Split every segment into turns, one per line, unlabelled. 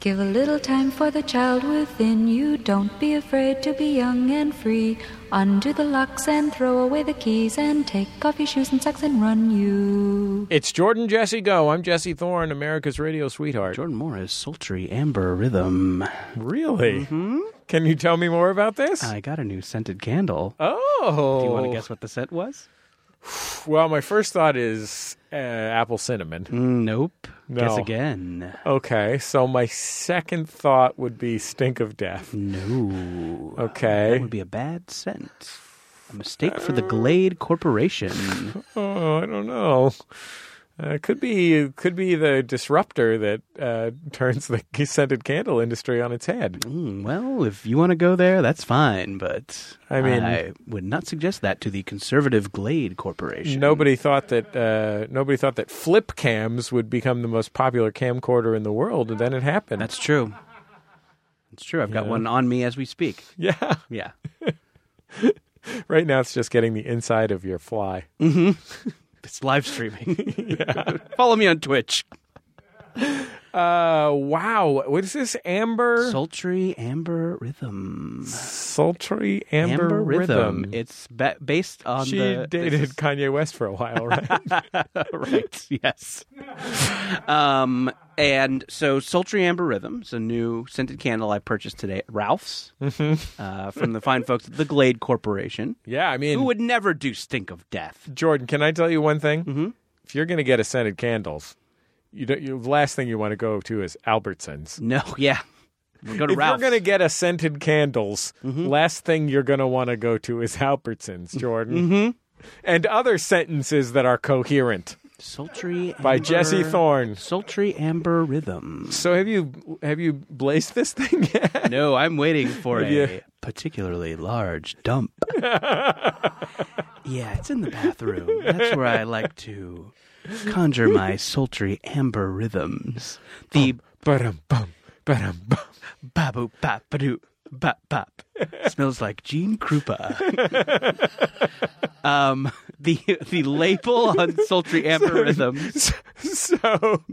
Give a little time for the child within you. Don't be afraid to be young and free. Undo the locks and throw away the keys and take off your shoes and socks and run you.
It's Jordan Jesse Go. I'm Jesse Thorne, America's radio sweetheart.
Jordan Morris, sultry amber rhythm.
Really? Can you tell me more about this?
Mm-hmm. I got a new scented candle.
oh.
Do you want to guess what the scent was?
Well, my first thought is uh, apple cinnamon.
Mm, Nope. Guess
No.
again.
Okay, so my second thought would be stink of death.
No. That
Okay.
would be a bad scent. A mistake for the
Uh.
Glade Corporation.
Oh, I don't know. Uh, could be could be the disruptor that uh, turns the scented candle industry on its head.
Mm, well, if you want to go there, that's fine, but
I mean-
I would not suggest that to the conservative Glade Corporation.
Nobody thought that uh, nobody thought that flip cams would become the most popular camcorder in the world, and then it happened.
That's true. It's true. I've got one on me as we speak.
yeah.
Yeah.
Right now, it's just getting the inside of your fly.
It's live streaming. Follow me on Twitch.
Uh, wow. What is this? Amber
Sultry Amber Rhythm.
sultry amber, rhythm.
It's ba- based on
she
the this
dated
is-
Kanye West for a while, right?
right. Yes. Um, and so Sultry Amber Rhythm is a new scented candle I purchased today at Ralph's
Mm-hmm.
uh, from the fine folks at the Glade Corporation,
yeah, I mean,
who would never do stink of death.
Jordan, can I tell you one thing? Mm-hmm. If you're going to get a scented candles, you don't, you, the last thing you want to go to is Albertsons.
No, yeah. We'll go to
If
Ralph's.
you're going to get a scented candles, last thing you're going to want to go to is Albertsons, Jordan. And other sentences that are coherent
Sultry
by
Amber-
Jesse Thorne.
Sultry Amber Rhythm.
Mm-hmm. So have you have you blazed this thing yet?
No, I'm waiting for a
Yeah.
particularly large dump. yeah, it's in the bathroom. That's where I like to conjure my sultry amber rhythms. The
Ba-dum bum, ba-dum bum.
babu bap badoo bap bap smells like Gene Krupa. um, the the label on sultry amber rhythms.
So,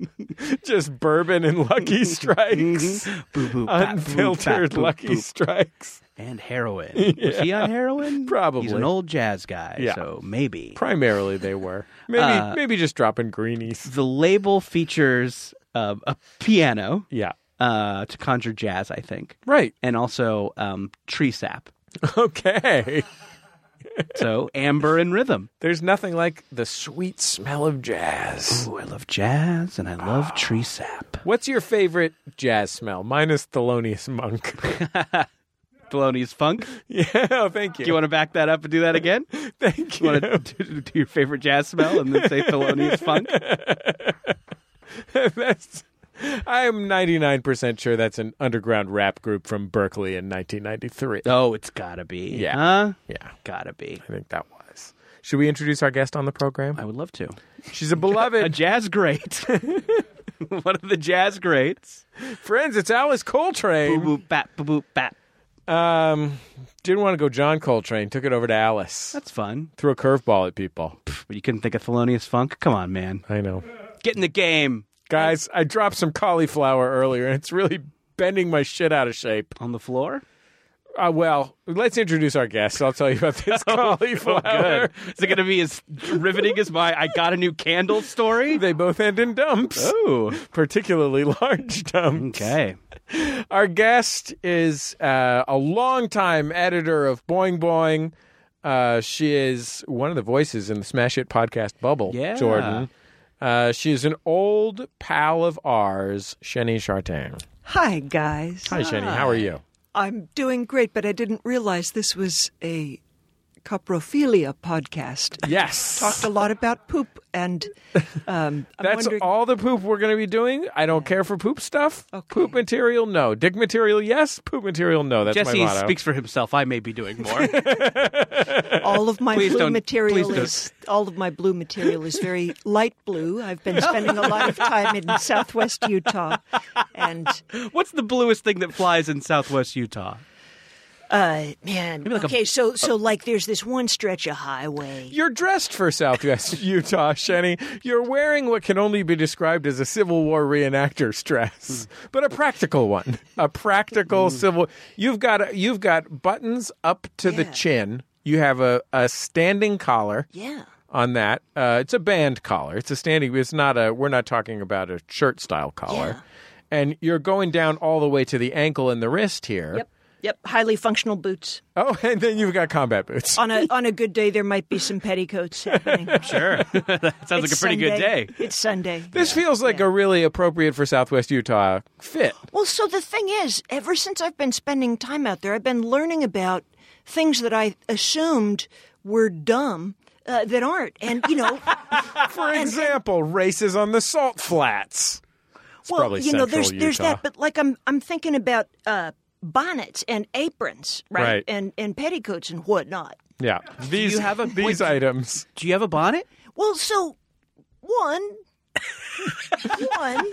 just bourbon and Lucky Strikes,
Boo boo bap, boo,
unfiltered
bap, boo,
Lucky
boo.
Strikes,
and heroin. Was he on heroin?
Probably.
He's an old jazz guy,
Yeah.
so maybe.
primarily they were. Maybe
Uh,
maybe just dropping greenies.
The label features um, a piano
Yeah,
uh, to conjure jazz, I think,
right.
and also um, tree sap.
Okay.
So amber and rhythm.
There's nothing like the sweet smell of jazz.
Ooh, I love jazz and I love tree sap.
What's your favorite jazz smell? Mine is Thelonious Monk.
Thelonious Funk.
yeah, oh, thank you.
Do you want to back that up and do that again?
thank
You
you.
want to do, do your favorite jazz smell and then say Thelonious Funk?
That's. I am 99% sure that's an underground rap group from Berkeley in 1993.
Oh, it's gotta be.
Yeah.
Huh?
Yeah.
Gotta be.
I think that was. Should we introduce our guest on the program?
I would love to.
She's a
Uh, a
beloved.
jazz great. One of the jazz greats.
Friends, it's Alice
Boop
Coltrane.
boop bap boop boop bap.
Um, didn't want to go John Coltrane, took it over to Alice.
That's fun.
Threw a curveball at people.
But you couldn't think of Thelonious Funk? Come on, man.
I know.
Get in the game.
Guys, I dropped some cauliflower earlier and it's really bending my shit out of shape.
On the floor?
Uh, well, let's introduce our guest. I'll tell you about this cauliflower.
Oh, Good. Is it going to be as riveting as my I got a new candle story?
They both end in dumps,
Oh.
particularly large dumps.
Okay.
Our guest is uh, a longtime editor of Boing Boing. Uh, she is one of the voices in the Smash It podcast bubble,
Yeah.
Jordan. Uh, she is an old pal of ours, Sheni Chartain.
Hi, guys.
Hi, Sheni. How are you?
I'm doing great, but I didn't realize this was a coprophilia podcast.
Yes.
Talked a lot about poop, and um, I'm
That's
wondering.
all the poop we're going to be doing. I don't care for poop stuff.
Okay.
Poop material, no. Dick material, yes. Poop material, no. That's my
Jesse
motto.
speaks for himself. I may be doing more.
all of my
Please
blue
don't- please
material
don't.
is all of my blue material is very light blue. I've been spending a lot of time in Southwest Utah, and
What's the bluest thing that flies in southwest Utah?
Uh, man.
like a-
okay, so so like there's this one stretch of highway.
You're dressed for Southwest Utah, Shenny. You're wearing what can only be described as a Civil War reenactor's dress, but a practical one. A practical civil. You've got you've got buttons up to the
Yeah.
chin. You have a, a standing collar
Yeah.
on that. Uh, it's a band collar. It's a standing. It's not a. We're not talking about a shirt style collar. And you're going down all the way to the ankle and the wrist here.
Yep. Yep. Highly functional boots.
Oh, and then you've got combat boots.
Oh,
On a on a good day, there might be some petticoats happening.
Sure. that sounds like a
It's
pretty good
Sunday.
day.
It's Sunday.
This feels like a really appropriate for Southwest Utah fit.
Well, so the thing is, ever since I've been spending time out there, I've been learning about things that I assumed were dumb uh, that aren't. And, you know,
For example, races on the salt flats.
well,
probably
you know,
central
there's there's
Utah.
that, but like I'm I'm thinking about uh, bonnets and aprons, right?
Right.
And and petticoats and whatnot.
Yeah, these
you have a-
these items.
Do you have a bonnet?
Well, so one, one,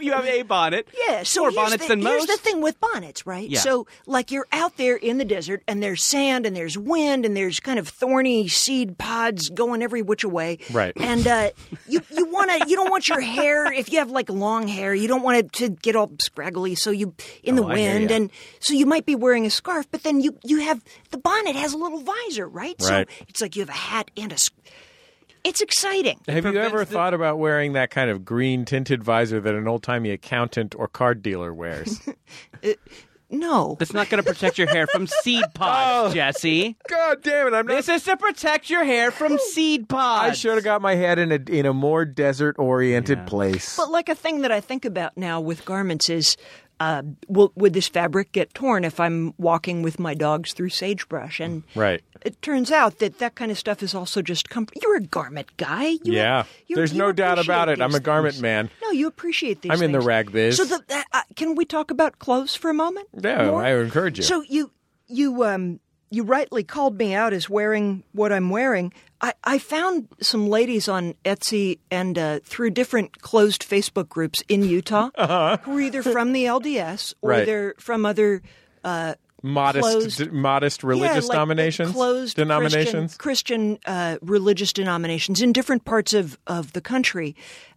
You have a bonnet.
yeah. So
More
here's
bonnets
the,
than most.
here's the thing with bonnets, right?
Yeah.
So like you're out there in the desert, and there's sand, and there's wind, and there's kind of thorny seed pods going every which way.
Right.
And uh, you you want to you don't want your hair if you have like long hair, you don't want it to get all scraggly. So you in the
Oh, I hear
wind,
ya.
and so you might be wearing a scarf, but then you you have the bonnet has a little visor, right?
Right.
So it's like you have a hat and a. s- It's exciting.
Have you
prevents
ever
the-
thought about wearing that kind of green tinted visor that an old timey accountant or card dealer wears?
No.
That's not going to protect your hair from seed pods, Jesse.
God damn it! I'm not.
Oh. This is to protect your hair from seed
I
pods.
should have got my head in a in a more desert oriented place.
But like a thing that I think about now with garments is, uh, will, would this fabric get torn if I'm walking with my dogs through sagebrush? And
Right.
it turns out that that kind of stuff is also just comfort. You're a garment guy. You,
Yeah.
you-
There's
you
no doubt about
appreciate
it. I'm
these
a garment
things.
man.
No, you appreciate these.
I'm in the
things.
rag biz.
So the, uh, uh, can we talk about clothes for a moment?
Yeah,
More?
I would encourage you.
So you you um you rightly called me out as wearing what I'm wearing. I, I found some ladies on Etsy and uh, through different closed Facebook groups in Utah who are either from the LDS or
Uh-huh. Right.
they're from other uh,
modest
closed-
d- modest
yeah,
religious
like, uh,
dominations,
closed
denominations.
Christian, Christian uh, religious denominations in different parts of of the country,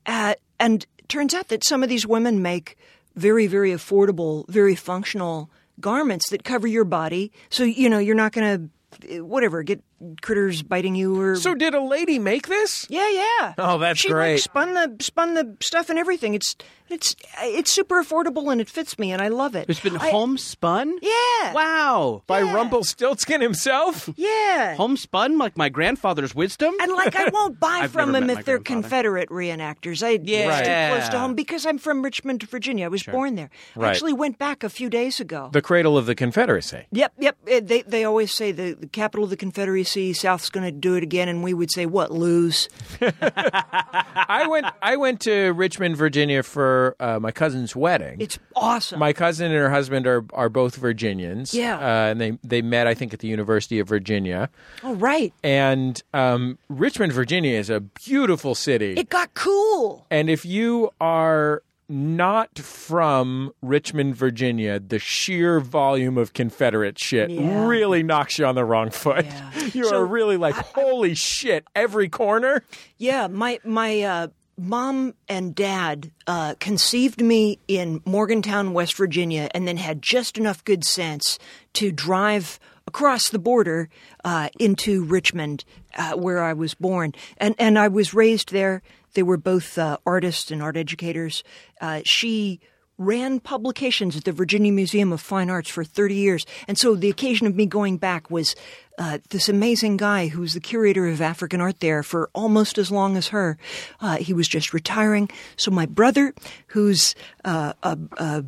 uh, and turns out that some of these women make very very affordable, very functional garments that cover your body, so you know you're not going to whatever get critters biting you or
So did a lady make this?
yeah, yeah.
Oh, that's
she,
great.
Like, spun the spun the stuff and everything. It's it's it's super affordable and it fits me and I love it.
It's been
I-
homespun?
Yeah.
Wow.
By
Yeah.
Rumpelstiltskin himself?
Yeah.
Homespun like my grandfather's wisdom?
And like, I won't buy
I've
from
never
them
met
if
my
they're
grandfather.
Confederate reenactors. I
Yeah.
stay close to home because I'm from Richmond, Virginia. I was born there.
Right.
I actually went back a few days ago.
The cradle of the Confederacy.
yep, yep. Uh, They they always say the, the capital of the Confederacy, South's going to do it again, and we would say what lose.
I went I went to Richmond, Virginia for uh, my cousin's wedding.
It's awesome.
my cousin and her husband are are both Virginians.
Yeah.
Uh, and they they met I think at the University of Virginia.
All right,
And um, Richmond, Virginia is a beautiful city.
it got cool.
And if you are not from Richmond, Virginia, the sheer volume of Confederate shit
Yeah.
really knocks you on the wrong foot.
Yeah.
You are really like, holy shit, every corner.
Yeah, my my uh, mom and dad uh, conceived me in Morgantown, West Virginia, and then had just enough good sense to drive across the border uh, into Richmond, uh, where I was born, and and I was raised there. They were both uh, artists and art educators. Uh, she ran publications at the Virginia Museum of Fine Arts for 30 years. And so the occasion of me going back was uh, this amazing guy who was the curator of African art there for almost as long as her. Uh, he was just retiring. So my brother, who's uh, a, a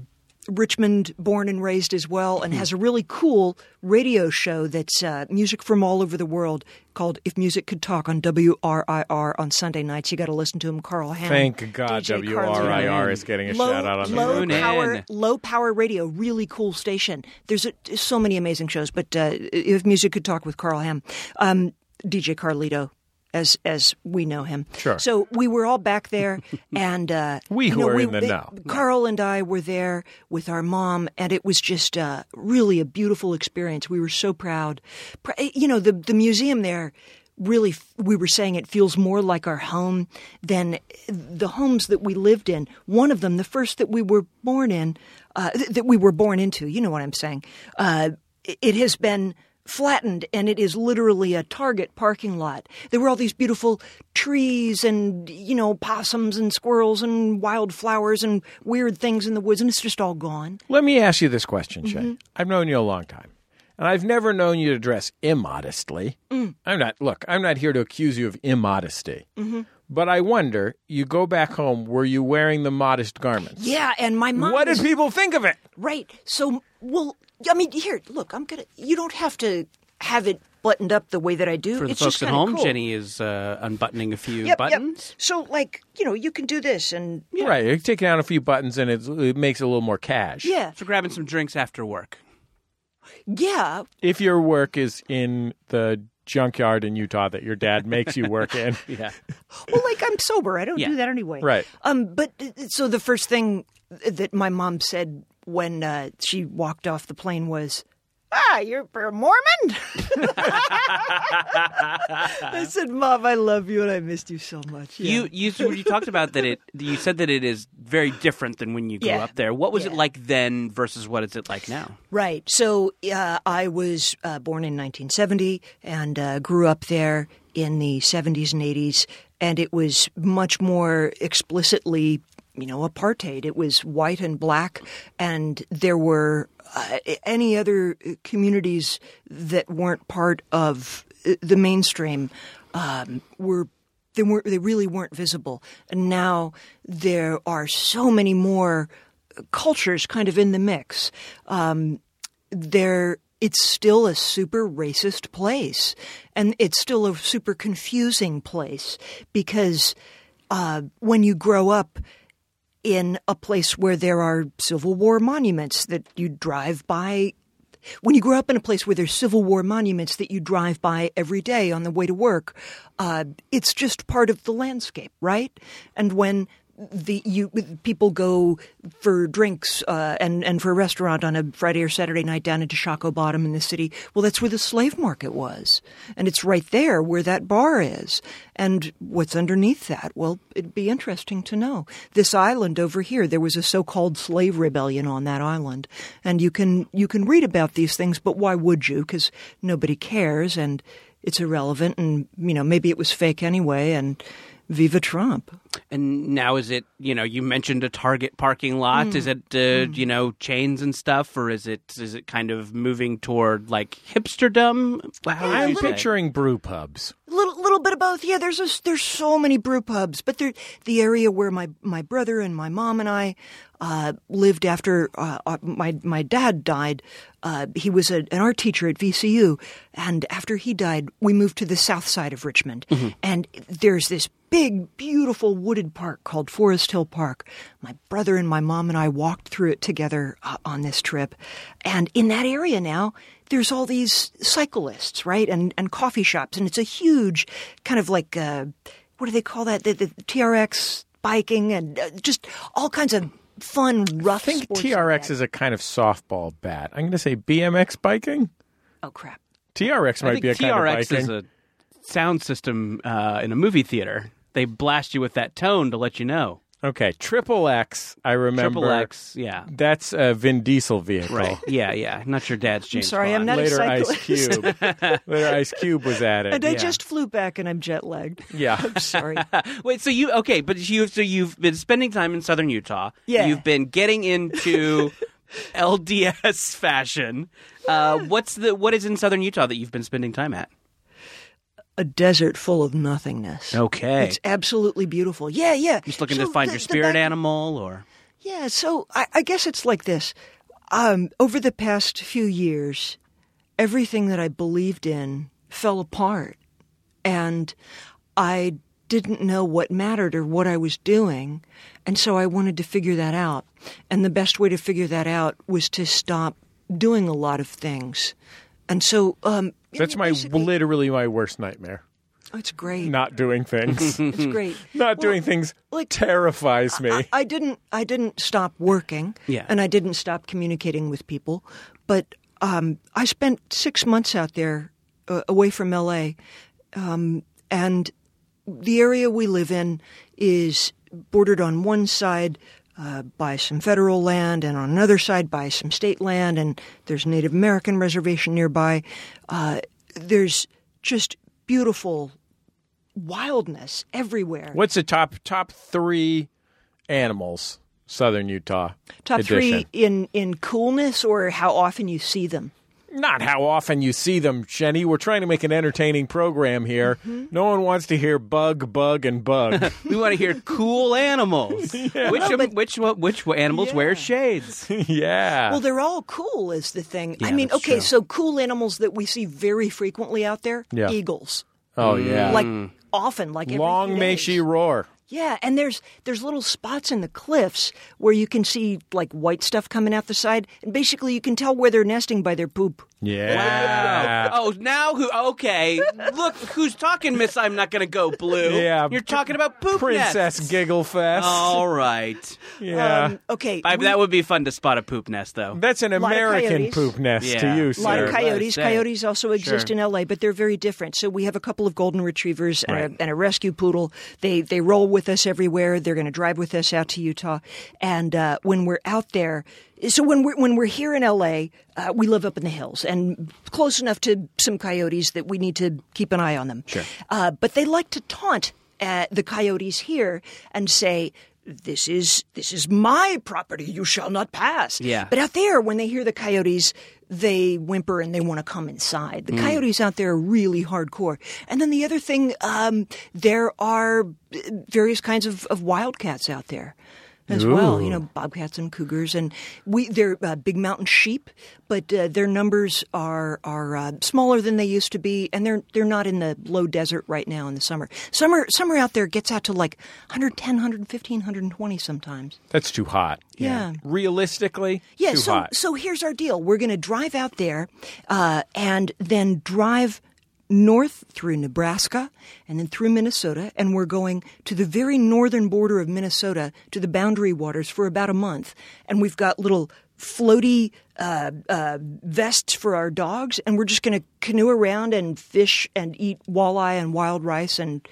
Richmond born and raised as well, and has a really cool radio show that's uh, music from all over the world called If Music Could Talk on WRIR on Sunday nights. You got to listen to him, Carl Hannon.
Thank God
DJ Carl
WRIR
Hannon
is getting a
low,
shout out on the
low
Tune in.
power, low power radio, really cool station. There's a, so many amazing shows, but uh, if music could talk with Carl Ham, um, DJ Carlito. as as we know him.
Sure.
So we were all back there, and uh,
We
you
who
know,
are in the
they-
know.
Carl and I were there with our mom, and it was just uh, really a beautiful experience. We were so proud. Pr- eh, You know, the the museum there really f- we were saying it feels more like our home than eh, the homes that we lived in one of them the first that we were born in uh, th- that we were born into you know what i'm saying uh, i- it has been flattened and it is literally a target parking lot there were all these beautiful trees and you know possums and squirrels and wildflowers and weird things in the woods and it's just all gone
Let me ask you this question,
Mm-hmm.
Shay. I've known you a long time, and I've never known you to dress immodestly.
Mm.
I'm not, look, I'm not here to accuse you of immodesty.
Mm-hmm.
But I wonder, you go back home, were you wearing the modest garments?
yeah and my mom
What
was-
did people think of it?
Right. So, well, I mean, here, look, I'm gonna. You don't have to have it buttoned up the way that I do.
For the
it's
folks
just
at
kinda
home,
cool.
Jenny is uh, unbuttoning a few
Yep,
buttons.
Yep. So, like, you know, you can do this, and
Right. You take down a few buttons and it's, it makes it a little more cash.
yeah,
So grabbing some drinks after work.
yeah,
If your work is in the junkyard in Utah that your dad makes you work in.
Yeah.
well, like I'm sober. I don't
Yeah.
do that anyway.
Right.
Um. But uh, so the first thing that my mom said when uh, she walked off the plane was. Ah, you're a Mormon? I said, Mom, I love you and I missed you so much. Yeah.
You you you talked about that it you said that it is very different than when you grew
Yeah.
up there. What was it
Yeah.
like then versus what is it like now?
Right. So uh, I was uh, born in 1970 and uh, grew up there in the 70s and 80s, and it was much more explicitly, you know, apartheid. It was white and black, and there were uh, any other uh, communities that weren't part of uh, the mainstream um, were they weren't they really weren't visible and now there are so many more cultures kind of in the mix um, there it's still a super racist place and it's still a super confusing place because uh, when you grow up in a place where there are Civil War monuments that you drive by. When you grow up in a place where there's Civil War monuments that you drive by every day on the way to work, uh, it's just part of the landscape, right? And when the you people go for drinks uh, and and for a restaurant on a Friday or Saturday night down into Shaco Bottom in the city. Well, that's where the slave market was, and it's right there where that bar is. And what's underneath that? Well, it'd be interesting to know. This island over here, there was a so-called slave rebellion on that island, and you can you can read about these things, but why would you? Because nobody cares, and it's irrelevant, and you know maybe it was fake anyway, and. Viva Trump.
And now is it you know you mentioned a Target parking lot?
Mm.
Is it uh, you know chains and stuff, or is it is it kind of moving toward like hipsterdom? How would
I'm
you say?
picturing brew pubs.
little little bit of both. Yeah, there's a, there's so many brew pubs, but they're the area where my my brother and my mom and I uh, lived after uh, uh, my my dad died. Uh, he was a, an art teacher at VCU, and after he died, we moved to the south side of Richmond, and there's this. Big, beautiful wooded park called Forest Hill Park. My brother and my mom and I walked through it together uh, on this trip. And in that area now, there's all these cyclists, right, and and coffee shops, and it's a huge kind of like uh, what do they call that? The, the TRX biking and uh, just all kinds of fun rough.
I think
sports
TRX is a kind of softball bat. I'm going to say BMX biking.
Oh crap!
TRX might
I think
be a
TRX
kind of biking.
is a sound system uh, in a movie theater. They blast you with that tone to let you know.
Okay, triple X. I remember.
Triple X, yeah.
That's a Vin Diesel vehicle.
Right. yeah, yeah. Not your dad's James.
sorry,
Bond.
I'm not a
Later, Ice
cyclist.
Cube. Later, Ice Cube was at it.
And I just flew back, and I'm jet lagged.
yeah.
I'm sorry.
Wait, so you okay? But you so you've been spending time in Southern Utah.
Yeah.
you've been getting into LDS fashion. Uh, what's the what is in Southern Utah that you've been spending time at?
a desert full of nothingness.
Okay,
It's absolutely beautiful. Yeah, yeah.
just looking
So
to find
the-
your
the
spirit
back-
animal, or
Yeah, so I, I guess it's like this. Um, over the past few years, everything that I believed in fell apart, and I didn't know what mattered or what I was doing, and so I wanted to figure that out. And the best way to figure that out was to stop doing a lot of things. And so, um,
That's my
basically-
literally my worst nightmare.
Oh, it's great.
not doing things.
It's great.
not
Well,
doing things
like-
terrifies me.
I, I didn't. I didn't stop working.
Yeah.
And I didn't stop communicating with people, but um, I spent six months out there, uh, away from L.A., um, and the area we live in is bordered on one side. Uh, by some federal land, and on another side by some state land, and there's a Native American reservation nearby. Uh, there's just beautiful wildness everywhere.
What's the top top three animals? Southern Utah.
Top
edition?
three
in in coolness or how often you see them.
Not how often you see them, Jenny. We're trying to make an entertaining program here.
Mm-hmm.
No one wants to hear bug, bug, and bug.
We want to hear cool animals. Which of- which one- which animals wear shades?
yeah.
Well, they're all cool is the thing. I
Yeah,
mean,
that's
okay,
true.
so cool animals that we see very frequently out there,
Yeah.
eagles.
oh yeah.
Like often, like every
Long
few
may
days.
she roar.
Yeah, and there's there's little spots in the cliffs where you can see like white stuff coming out the side, and basically you can tell where they're nesting by their poop.
Yeah.
Oh, now who? Okay, look who's talking, Miss. I'm not going to go blue.
Yeah.
you're talking about
Oh,
poop
Princess
nests.
Giggle Fest.
All right,
yeah.
Um, okay,
I,
we-
that would be fun to spot a poop nest, though.
That's an
of
American
coyotes.
poop nest
Yeah.
to you,
a
sir.
lot of
Sure.
coyotes.
Say.
Coyotes also exist
Sure.
in LA, but they're very different. So we have a couple of golden retrievers and,
Right.
a, and a rescue poodle. They they roll with us everywhere. They're going to drive with us out to Utah. And uh, when we're out there, so when we're when we're here in LA, uh, we live up in the hills and close enough to some coyotes that we need to keep an eye on them. Sure. Uh, but they like to taunt uh, the coyotes here and say. This is this is my property. You shall not pass.
Yeah.
But out there, when they hear the coyotes, they whimper and they want to come inside. The coyotes out there are really hardcore. And then the other thing, um, there are uh, various kinds of, of wildcats out there as well. You know, bobcats and cougars, and we they're uh, big mountain sheep, but uh, their numbers are are uh, smaller than they used to be, and they're they're not in the low desert right now in the summer. Summer summer out there gets out to like 110, 115, 120 sometimes.
That's too hot.
Yeah.
Realistically,
Yeah,
too
so
hot.
so here's our deal. We're going to drive out there uh, and then drive north through Nebraska and then through Minnesota and we're going to the very northern border of Minnesota to the boundary waters for about a month and we've got little floaty uh, uh, vests for our dogs and we're just going to canoe around and fish and eat walleye and wild rice and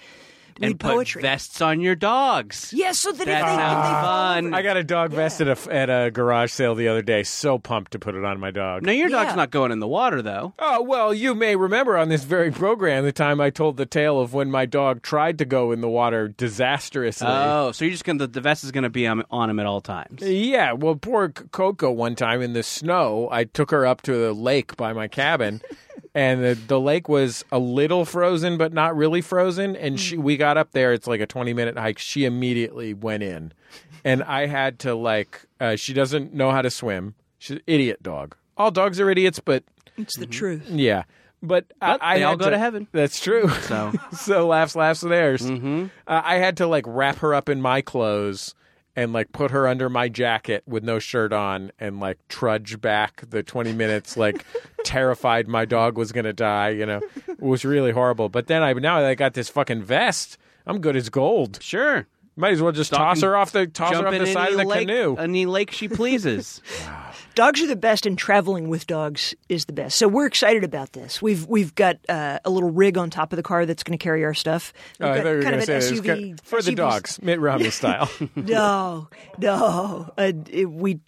read
and put
poetry.
vests on your dogs.
yeah, so that,
That
if they,
sounds
if they
fun.
I got a dog vest at a, at a garage sale the other day. So pumped to put it on my dog.
Now your dog's
Yeah.
not going in the water, though.
Oh, well, you may remember on this very program the time I told the tale of when my dog tried to go in the water disastrously.
Oh, so you're just going to the vest is going to be on, on him at all times.
Uh, Yeah, well, poor C- Coco one time in the snow, I took her up to the lake by my cabin, and the, the lake was a little frozen, but not really frozen. And she, we got up there, it's like a 20 minute hike. She immediately went in, and I had to, like, uh, she doesn't know how to swim. She's an idiot dog. All dogs are idiots, but
it's
Mm-hmm.
the truth.
yeah. But,
But
I, I
they all
had
go to heaven.
That's true.
So.
so laughs, laughs, and airs. Mm-hmm. Uh, I had to like wrap her up in my clothes and like put her under my jacket with no shirt on and like trudge back the 20 minutes, like terrified my dog was going to die. You know, it was really horrible. But then I now that I got this fucking vest. I'm good as gold.
Sure.
Might as well just toss
can
her off the toss her
Jump
off
in
the side
any
of the
lake,
canoe. Uh,
Any lake she pleases.
Dogs are the best, and traveling with dogs is the best. So we're excited about this. We've we've got uh, a little rig on top of the car that's going to carry our stuff. We've
Oh, I
got
thought you were
kind
going
of
to say
an
this. It's
SUV
good- for the
SUV
dogs, Mitt Romney style.
No, no, uh, it- we.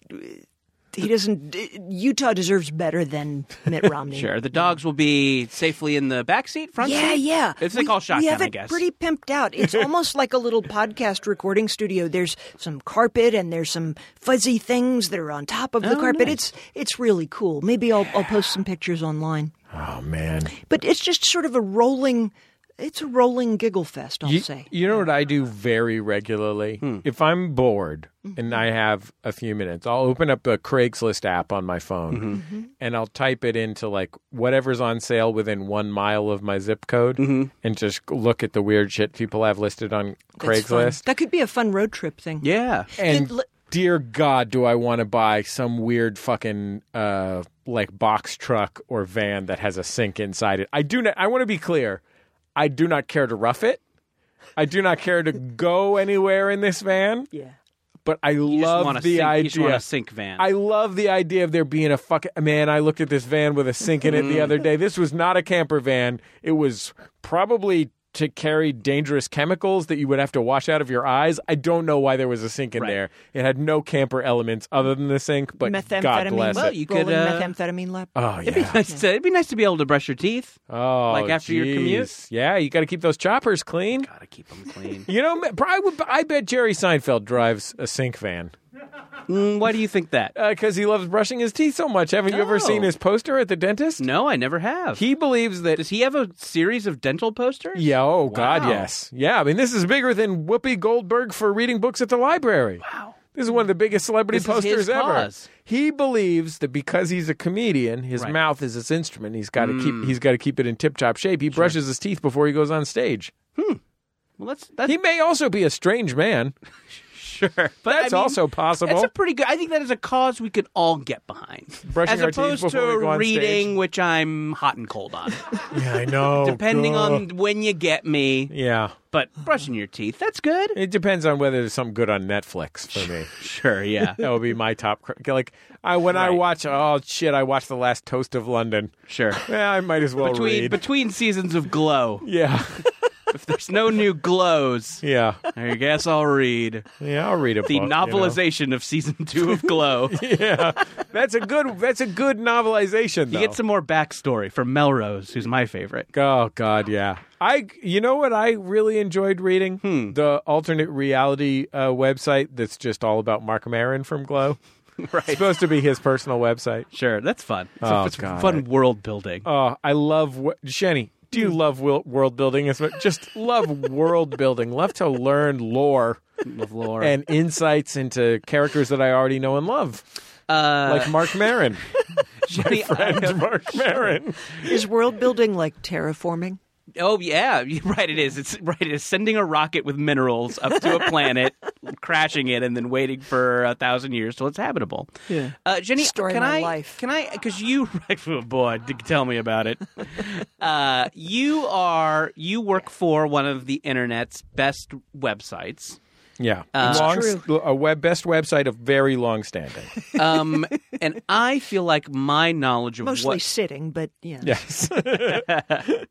He doesn't. Utah deserves better than Mitt Romney.
sure. The dogs will be safely in the back seat, front
Yeah,
seat.
yeah.
It's like
We-
all shotgun,
We have
I
it
guess.
pretty pimped out. It's almost like a little podcast recording studio. There's some carpet and there's some fuzzy things that are on top of the
Oh,
carpet.
nice.
It's it's really cool. Maybe I'll I'll post some pictures online.
oh man.
But it's just sort of a rolling. It's a rolling giggle fest, I'll
you,
say.
you know what I do very regularly? If I'm bored and I have a few minutes, I'll open up a Craigslist app on my phone
Mm-hmm.
and I'll type it into like whatever's on sale within one mile of my zip code and just look at the weird shit people have listed on
That's fun.
Craigslist.
That could be a fun road trip thing.
Yeah.
And
Did li-
dear God, do I want to buy some weird fucking uh, like box truck or van that has a sink inside it? I do not. I want to be clear. I do not care to rough it. I do not care to go anywhere in this van.
Yeah.
But I
You just
love
want a
the
sink, You just want
idea.
a sink van.
I love the idea of there being a fucking man. I looked at this van with a sink in it the
Mm.
other day. This was not a camper van. It was probably to carry dangerous chemicals that you would have to wash out of your eyes. I don't know why there was a sink in
Right.
there. It had no camper elements other than the sink, but God
methamphetamine.
bless
Well,
it.
you
rolling
could, uh,
methamphetamine lab.
oh
it'd, be
yeah.
nice to, it'd be nice to be able to brush your teeth.
Oh,
like after your commute?
jeez. Yeah, you got to keep those choppers clean.
Gotta keep them clean.
You know, I, would, I bet Jerry Seinfeld drives a sink van
Mm, why do you think that?
because he loves brushing his teeth so much. Haven't you ever
No.
seen his poster at the dentist?
No, I never have.
He believes that
Does he have a series of dental posters?
Yeah. Oh God.
Wow.
Yes. Yeah. I mean, this is bigger than Whoopi Goldberg for reading books at the library.
Wow.
This is one of the biggest celebrity
This is
posters
his
ever.
cause.
He believes that because he's a comedian, his
Right. Mm.
mouth is his instrument. He's got to keep. He's got to keep it in tip-top shape. He brushes his teeth before he goes on stage.
Well, that's that's
He may also be a strange man.
sure, but
That's
I mean,
also
That's
possible.
a pretty good. I think that is a cause we could all get behind,
Brushing
as
our teeth
opposed
before
to
we go on stage.
reading, which I'm hot and cold on,
yeah, I know.
depending
Oh, God.
on when you get me.
Yeah,
But brushing your teeth, that's good.
it depends on whether there's something good on Netflix for me.
Sure, yeah,
that would be my top. cr- Like I when I
Right.
watch. Oh shit! I watched the last Toast of London.
sure.
Yeah, I might as well
Between
read.
between seasons of Glow,
yeah,
if there's no new glows,
yeah,
I guess I'll read
yeah. I'll read a
the
book, you know.
novelization of season two of Glow.
That's a good. That's a good novelization. Though.
You get some more backstory from Melrose, who's my favorite.
Oh God, yeah. I. You know what? I really enjoyed reading
Hmm.
the alternate reality uh, website that's just all about Mark Maron from Glow. right. It's supposed to be his personal website.
Sure, that's fun. It's,
Oh,
a, it's
God.
fun world building.
Oh, I love wo- Jenny. Do
Hmm.
you love wil- world building as much? Just love world building. Love to learn lore
Love lore.
and insights into characters that I already know and love,
uh,
like Mark Maron.
Jenny, I-
Mark Maron.
Is world building like terraforming?
oh yeah, you're right. It is. It's right. It is sending a rocket with minerals up to a planet, crashing it, and then waiting for a thousand years till it's habitable.
Yeah.
Uh, Jenny,
Story of
can
my
I?
life.
Can I? Because you, right? Oh boy, d- tell me about it. Uh, you are. You work for one of the internet's best websites.
Yeah,
Uh,
long, a web best website of very long standing.
Um, and I feel like my knowledge of
Mostly
what
sitting, but yeah.
yes,
But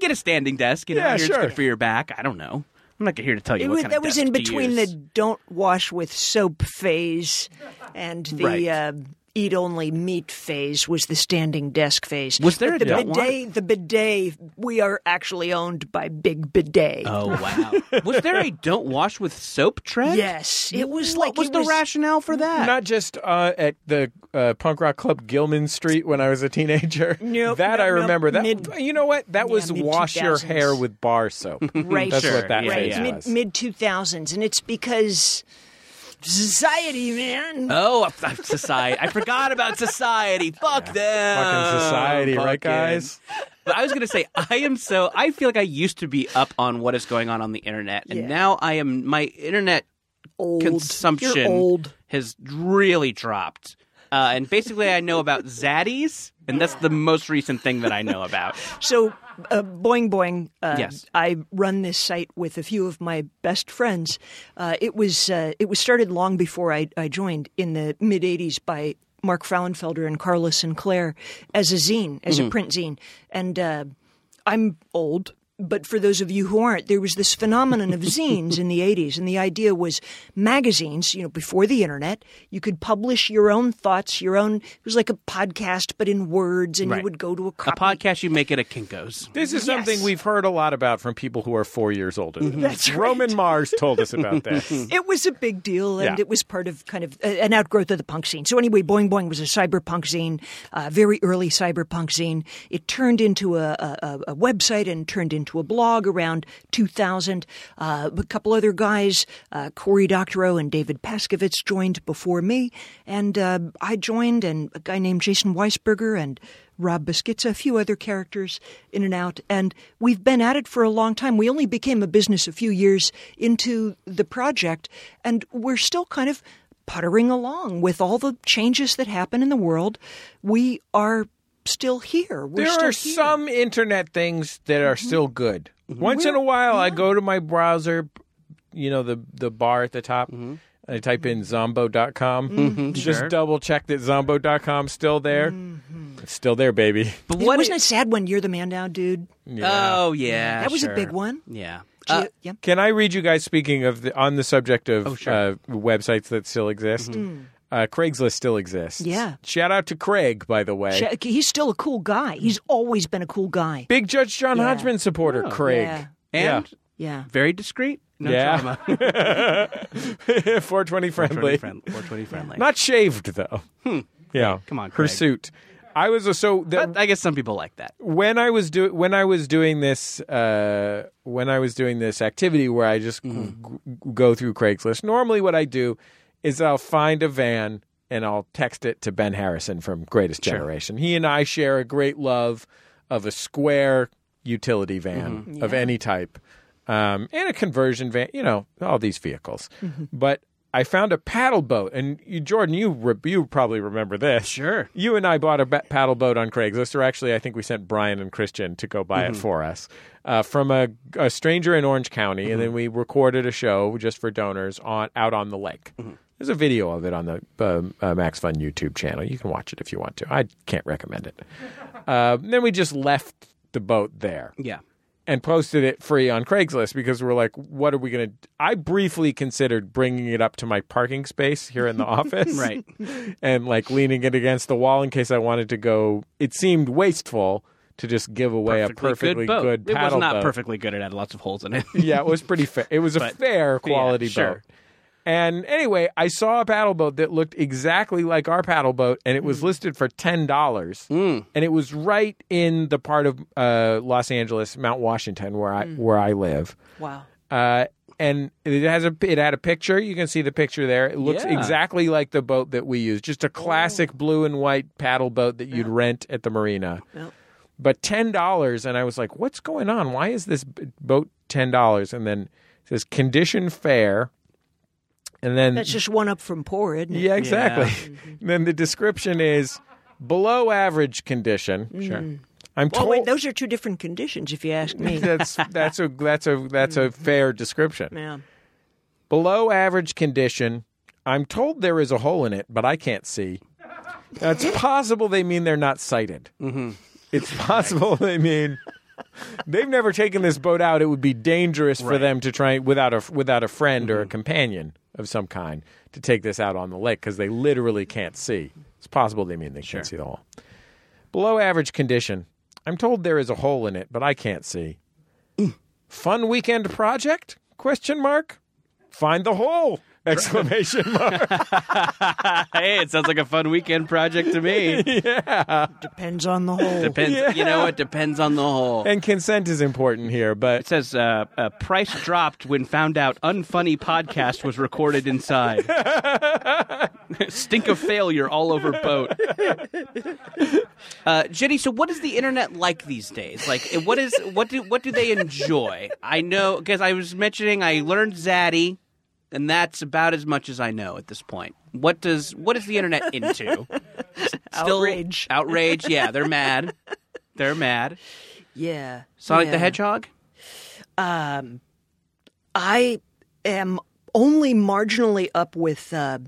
get a standing desk. You know,
Yeah,
here it's
sure.
good for your back. I don't know. I'm not here to tell you
It
what
was,
kind
that
of
was
desk
in
to
between the
use.
don't wash with soap phase and the
Right.
uh, eat only meat phase was the standing desk phase.
Was there
But
a
the
don't wash?
bidet? The bidet. We are actually owned by Big Bidet.
Oh wow! was there a don't wash with soap trend?
Yes, it was
What
like
was
it
the rationale for that?
not just uh, at the uh, punk rock club Gilman Street when I was a teenager.
Nope,
that
nope,
I
nope.
remember. That
Mid-
you know what? That was
mid-
wash your
2000s.
hair with bar soap.
Right,
Mm, That's
Sure,
what that
yeah,
phase
yeah.
mid
was.
mid two thousands, and it's because society, man.
Oh, I- I- society! I forgot about society. Fuck them.
Fucking society, right, guys?
But I was gonna say, I am so. I feel like I used to be up on what is going on on the internet, and
Yeah.
now I am. My internet
old
consumption
You're old.
has really dropped. Uh, and basically, I know about Zaddies, and that's the most recent thing that I know about.
So, uh, boing boing. Uh,
Yes.
I run this site with a few of my best friends. Uh, it was uh, it was started long before I, I joined in the mid '80s by Mark Frauenfelder and Carla Sinclair as a zine, as
Mm-hmm.
a print zine, and. Uh, I'm old, but for those of you who aren't, there was this phenomenon of zines in the 80s, and the idea was magazines, you know, before the internet, you could publish your own thoughts, your own, it was like a podcast, but in words, and
Right.
you would go to a copy.
A podcast you make it at Kinko's.
This is
Yes.
something we've heard a lot about from people who are four years older. than us.
That's right.
Roman Mars told us about that.
It was a big deal, and
Yeah.
it was part of kind of a, an outgrowth of the punk scene. So anyway, Boing Boing was a cyberpunk zine, uh, very early cyberpunk zine. It turned into a, a, a- a website and turned into a blog around 2000. Uh, a couple other guys, uh, Corey Doctorow and David Paskovitz, joined before me, and uh, I joined, and a guy named Jason Weisberger and Rob Biskitza, a few other characters in and out, and we've been at it for a long time. We only became a business a few years into the project, and we're still kind of puttering along with all the changes that happen in the world. We are still here. We're
There
still
are
here. Mm-hmm.
some internet things that are still good. Once in a while, I go to my browser, you know, the the bar at the top,
Mm-hmm.
and I type in zombo.com. Just double check that zombo.com's still there.
Mm-hmm.
It's still there, baby.
But
It-
what?
wasn't it sad when you're the man down, dude?
Oh yeah,
That was a
sure.
big one.
Yeah.
Gee,
Uh,
yeah.
Can I read you guys speaking of the, on the subject
Oh,
of uh, websites that still exist?
Mm-hmm.
Uh, Craigslist still exists.
Yeah.
Shout out to Craig, by the way.
Check- He's still a cool guy. He's always been a cool guy.
Big Judge John Hodgman supporter, Craig.
Yeah.
and
Yeah.
very discreet. No
Yeah.
drama.
420 friendly.
friendly. Or twenty friendly.
Not shaved though. Yeah.
Hmm. Come on,
Her
Craig.
suit. I was a, so the,
But I guess some people like that.
when I was do when I was doing this uh, when I was doing this activity where I just g- g- go through Craigslist. Normally, what I do is I'll find a van and I'll text it to Ben Harrison from Greatest Generation. He and I share a great love of a square utility van of any type um, and a conversion van. You know all these vehicles, but. I found a paddle boat, and you, Jordan, you re- you probably remember this.
Sure.
You and I bought a ba- paddle boat on Craigslist, or actually, I think we sent Brian and Christian to go buy it for us uh, from a, a stranger in Orange County, and then we recorded a show just for donors on out on the lake. There's a video of it on the um, uh, Max Fun YouTube channel. You can watch it if you want to. I can't recommend it. Uh, then we just left the boat there
Yeah.
and posted it free on Craigslist because we're like, what are we going to? I briefly considered bringing it up to my parking space here in the office,
Right.
and like leaning it against the wall in case I wanted to go. It seemed wasteful to just give away a perfectly
boat.
good,
it was
paddle
not
boat.
perfectly good. It had lots of holes in it.
Yeah, it was pretty fair. It was a fair quality
sure.
boat. And anyway, I saw a paddle boat that looked exactly like our paddle boat, and it
Mm.
was listed for ten dollars, and it was right in the part of uh, Los Angeles, Mount Washington, where I
Mm.
where I live.
Wow.
Uh, and it has a it had a picture. You can see the picture there. It looks
Yeah. Oh.
exactly like the boat that we use, just a classic blue and white paddle boat that you'd rent at the marina. But ten dollars, and I was like, "What's going on? Why is this b- boat ten dollars?" And then it says condition fair, and then
That's just one up from poor, isn't it?
yeah, exactly. then the description is below average condition. Sure, I'm
Oh,
told
wait, those are two different conditions, if you ask me.
that's that's a that's a that's
Mm.
a fair description.
yeah.
below average condition. I'm told there is a hole in it, but I can't see. Now, it's possible they mean they're not sighted. Mm-hmm. It's possible they mean they've never taken this boat out. It would be dangerous for them to try without a without a friend or a companion of some kind to take this out on the lake because they literally can't see. It's possible they mean they can't see the hole. Below average condition. I'm told there is a hole in it, but I can't see. Fun weekend project? Question mark. Find the hole! Exclamation mark.
hey, it sounds like a fun weekend project to me.
Depends on the whole.
Depends. You know, it depends on the hole.
And consent is important here,
It
but
says uh, uh, price dropped when found out unfunny podcast was recorded inside. Stink of failure all over boat. Uh, Jenny, so what is the internet like these days? Like, eh, what is what do what do they enjoy? I know because I was mentioning I learned Zaddy, and that's about as much as I know at this point. What does what is the internet into? Still,
Outrage.
outrage. Yeah, they're mad. They're mad.
Yeah.
Sonic the
Yeah.
Hedgehog.
I am only marginally up with, uh,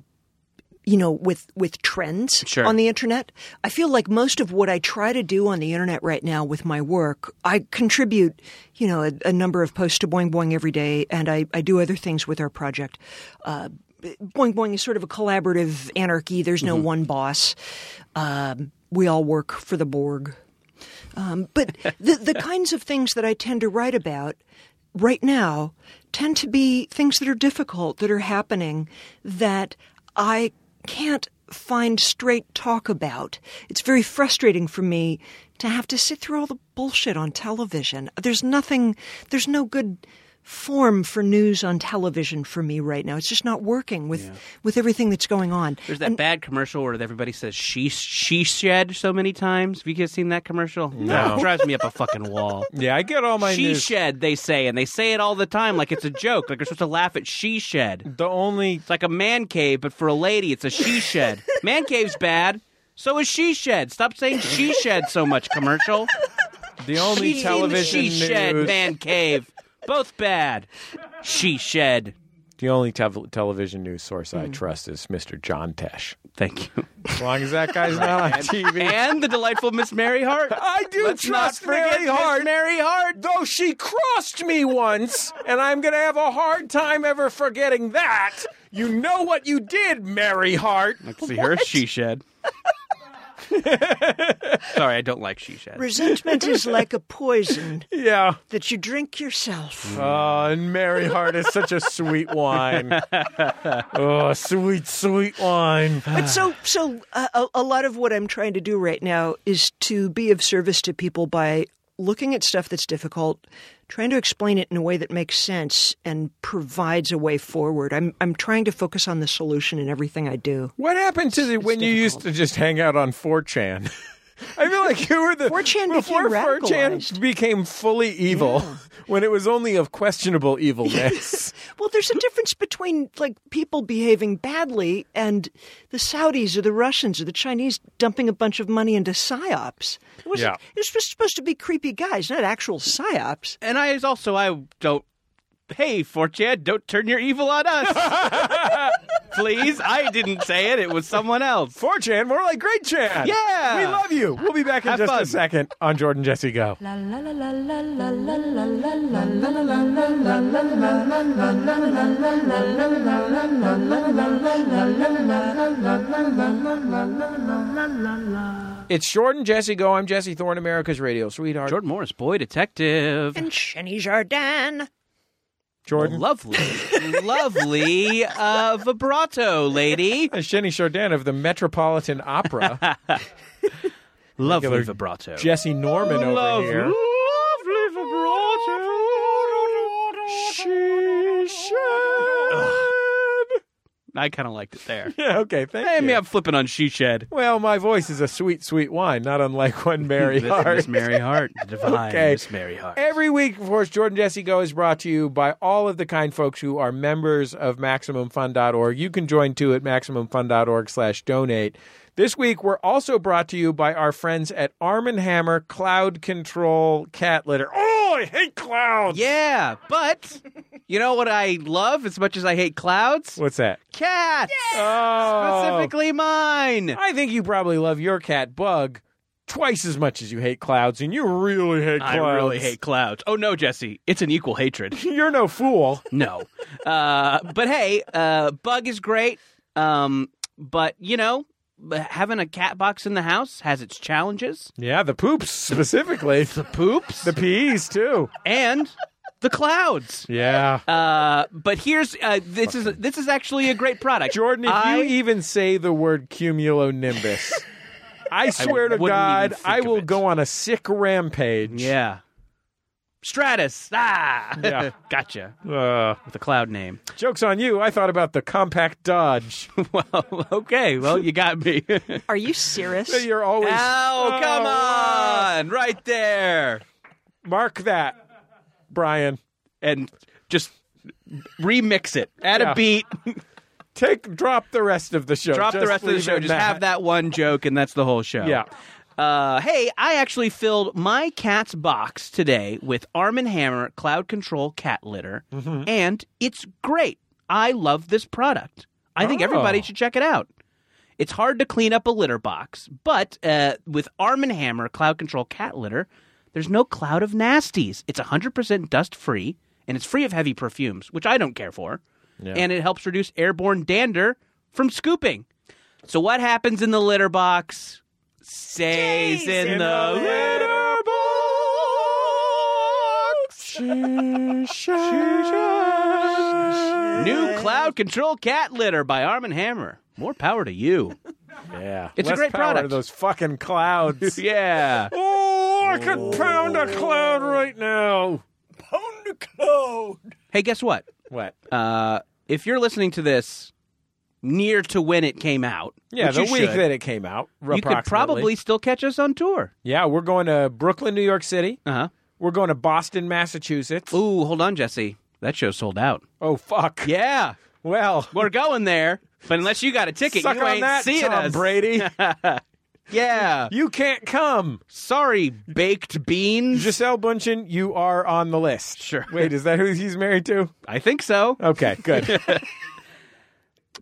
you know, with with trends
Sure.
on the internet. I feel like most of what I try to do on the internet right now with my work, I contribute, you know, a, a number of posts to Boing Boing every day, and I, I do other things with our project. Uh, Boing Boing is sort of a collaborative anarchy. There's no one boss. Um, we all work for the Borg. Um, but the, the kinds of things that I tend to write about right now tend to be things that are difficult, that are happening, that I can't find straight talk about. It's very frustrating for me to have to sit through all the bullshit on television. There's nothing, there's no good form for news on television for me right now. It's just not working with, with everything that's going on.
There's that bad commercial where everybody says she she shed so many times. Have you guys seen that commercial? No, it drives me up a fucking wall.
yeah, I get all my
she
news.
shed, they say, and they say it all the time like it's a joke. Like you're supposed to laugh at she shed.
the only
It's like a man cave, but for a lady, it's a she shed. Man cave's bad. So is she shed. Stop saying she shed so much. Commercial.
The only
She's in
television
she shed
news.
man cave. Both bad. She shed.
The only tev- television news source
Hmm.
I trust is Mr. John Tesh.
Thank you.
As long as that guy's not on TV,
and the delightful Miss Mary Hart.
I do
Let's
trust
not forget
Mary Hart.
Miss Mary Hart.
Though she crossed me once, and I'm going to have a hard time ever forgetting that. You know what you did, Mary Hart.
See her she shed. Sorry, I don't like she shed.
Resentment is like a poison
Yeah.
that you drink yourself.
Oh, and Mary Hart is such a sweet wine. oh, sweet, sweet wine.
But so
So, so uh, a, a lot of what I'm trying to do right now is to be of service to people by looking at stuff that's difficult, trying to explain it in a way that makes sense and provides a way forward. I'm I'm trying to focus on the solution in everything I do.
What happened to the when you used to just hang out on 4chan? I feel like you were the
4chan became
before 4chan
radicalized.
became fully evil when it was only of questionable evilness.
Well, there's a difference between like people behaving badly and the Saudis or the Russians or the Chinese dumping a bunch of money into psyops. It was
Yeah.
it was supposed to be creepy guys, not actual psyops.
And I is also I don't. Hey, 4chan, don't turn your evil on us, please. I didn't say it; it was someone else.
4chan, more like Great Chan.
Yeah.
we love you. We'll be back in
Have
just a
fun.
second on Jordan Jesse Go.
La la la la la la la la la la la la la la la la la la la
It's Jordan Jesse Go. I'm Jesse Thorne, America's radio sweetheart.
Jordan Morris, boy detective.
and Shani Jardin.
Jordan.
Lovely, lovely uh, vibrato, lady.
Jenny Chardin of the Metropolitan Opera.
Lovely vibrato.
Jesse Norman over here.
lovely
She shed.
I kind of liked it there.
Yeah, okay, thank
Hey,
you.
me, I'm flipping on She Shed.
Well, my voice is a sweet, sweet wine, not unlike one Mary
Miss-
Hart.
Miss Mary Hart, the divine
Okay.
Miss Mary Hart.
Every week, of course, Jordan Jesse Go is brought to you by all of the kind folks who are members of MaximumFun.org. You can join too at MaximumFun.org slash donate. This week, we're also brought to you by our friends at Arm & Hammer Cloud Control Cat Litter. Oh, I hate clouds!
Yeah, but you know what I love as much as I hate clouds?
What's that?
Cats!
Oh.
Specifically mine!
I think you probably love your cat, Bug, twice as much as you hate clouds, and you really hate
I
clouds.
really hate clouds. Oh, no, Jesse. It's an equal hatred.
You're no fool.
No. Uh, but hey, uh, Bug is great. Um, but, you know, having a cat box in the house has its challenges.
Yeah, the poops specifically.
The poops.
the peas, too.
and the clouds.
Yeah.
Uh, but here's uh, this is this is actually a great product,
Jordan, if
I-
you even say the word cumulonimbus, I swear to
wouldn't even
God,
think
I
of
will
it.
go on a sick rampage.
yeah, Stratus, ah,
Yeah.
gotcha
Uh,
with the cloud name.
joke's on you. I thought about the compact Dodge.
well, okay, well you got me. oh, come
Are you serious?
You're always. wow.
on, right there,
Mark that, Brian.
and just remix it, add
Yeah.
a beat,
Take drop the rest of the show.
drop the
Just
rest of the
leave
show,
it
just have that one joke, and that's the whole show.
Yeah.
Uh, hey, I actually filled my cat's box today with Arm & Hammer Cloud Control Cat Litter, and it's great. I love this product. I think
Oh.
everybody should check it out. It's hard to clean up a litter box, but uh, with Arm & Hammer Cloud Control Cat Litter, there's no cloud of nasties. It's 100% dust-free, and it's free of heavy perfumes, which I don't care for, and it helps reduce airborne dander from scooping. So what happens in the litter box? Stays in, the, litter box. New cloud control cat litter by Arm and Hammer. More power to you.
Yeah.
It's a
Less
great
power To
product.
those fucking clouds.
yeah.
Oh, I could pound a cloud right now.
Hey, guess what?
What?
Uh, if you're listening to this near to when it came out,
Yeah,
which
the
you
week
should,
that it came out.
you could probably still catch us on tour.
Yeah, we're going to Brooklyn, New York City.
Uh huh.
We're going to Boston, Massachusetts.
Ooh, hold on, Jesse. That show sold out.
Oh fuck.
Yeah.
Well,
We're going there, but unless you got a ticket,
suck
you
on
ain't
that,
seeing
Tom
us.
Brady.
Yeah.
You can't come.
Sorry, baked beans.
Giselle Bundchen, you are on the list.
Sure.
Wait, is that who he's married to?
I think so.
Okay, good.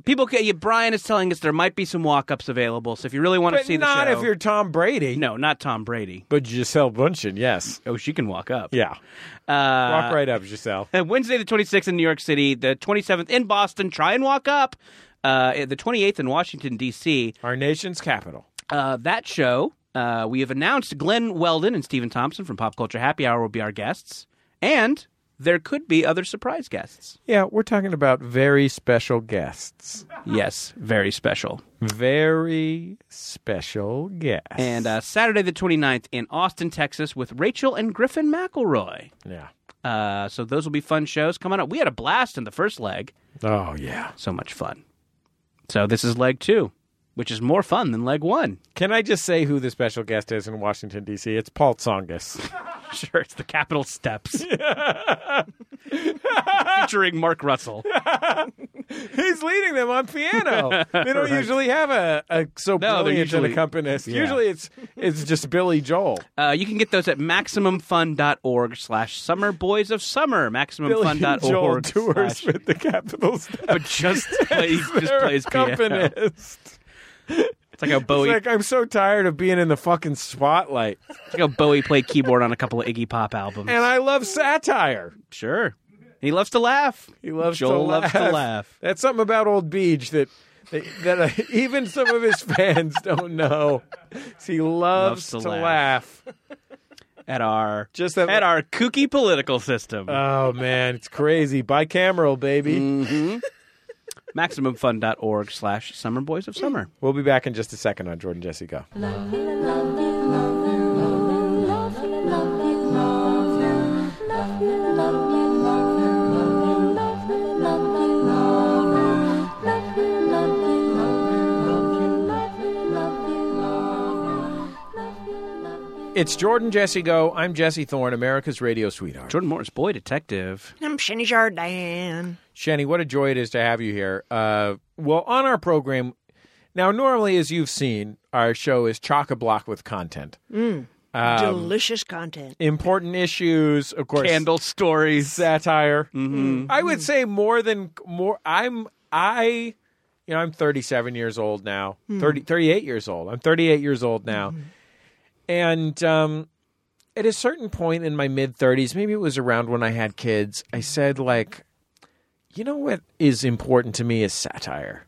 People, ca- yeah, Brian is telling us there might be some walk-ups available. So if you really want to
but
see the
not
show,
if you're Tom Brady.
no, not Tom Brady.
But Giselle Bundchen, yes.
Oh, she can walk up.
Yeah.
Uh,
Walk right up, Giselle.
Uh, Wednesday the 26th in New York City, the 27th in Boston. Try and walk up. Uh, the 28th in Washington D.C.
Our nation's capital.
Uh, that show, uh, we have announced Glenn Weldon and Stephen Thompson from Pop Culture Happy Hour will be our guests, and there could be other surprise guests.
Yeah, we're talking about very special guests.
Yes, very special.
Very special guests.
And uh, Saturday the 29th in Austin, Texas, with Rachel and Griffin McElroy.
yeah.
Uh, so those will be fun shows coming up. We had a blast in the first leg.
Oh, yeah.
So much fun. So this is leg two, which is more fun than leg one.
Can I just say who the special guest is in Washington, D.C.? It's Paul Tsongas.
Sure, it's the Capitol Steps. Featuring Mark Russell.
He's leading them on piano. They don't usually have a, a so
No, they're
brilliant
usually-
an accompanist.
yeah.
Usually it's it's just Billy Joel.
Uh, you can get those at MaximumFun.org slash Summer Boys of Summer.
Billy Joel
MaximumFun.org
tours
slash...
with the Capitol Staff.
But just plays, just
They're
plays piano.
accompanist.
It's like how Bowie,
It's like I'm so tired of being in the fucking spotlight.
it's like how Bowie played keyboard on a couple of Iggy Pop albums.
And I love satire.
Sure. He loves to laugh.
He loves
Joel
to
loves
laugh.
to laugh.
That's something about old Beach that that, that uh, even some of his fans don't know. Is He loves,
Loves to
to
laugh.
laugh.
At our
Just that-
at our kooky political system.
Oh man, it's crazy. Bicameral,
Mm.
baby.
MaximumFun.org slash Summer Boys of Summer.
We'll be back in just a second on Jordan Jesse Go.
Love you, love you, love you, love you, love you, love you, love you, love you, love you, love you, love you, love you, love you, love you, love you, love you, love you.
It's Jordan Jesse Go. I'm Jesse Thorne, America's radio sweetheart.
Jordan Morris, boy detective.
I'm Shinny Jardin.
Shani, what a joy it is to have you here. Uh, well, on our program, now, normally, as you've seen, our show is chock a block with content. Um,
Delicious content.
Important issues, of course,
Candle stories.
satire. I would say more than more. I'm, I, you know, I'm 37 years old now, 30, 38 years old. I'm 38 years old now. And um, at a certain point in my mid 30s, maybe it was around when I had kids, I said, like, you know what is important to me is satire.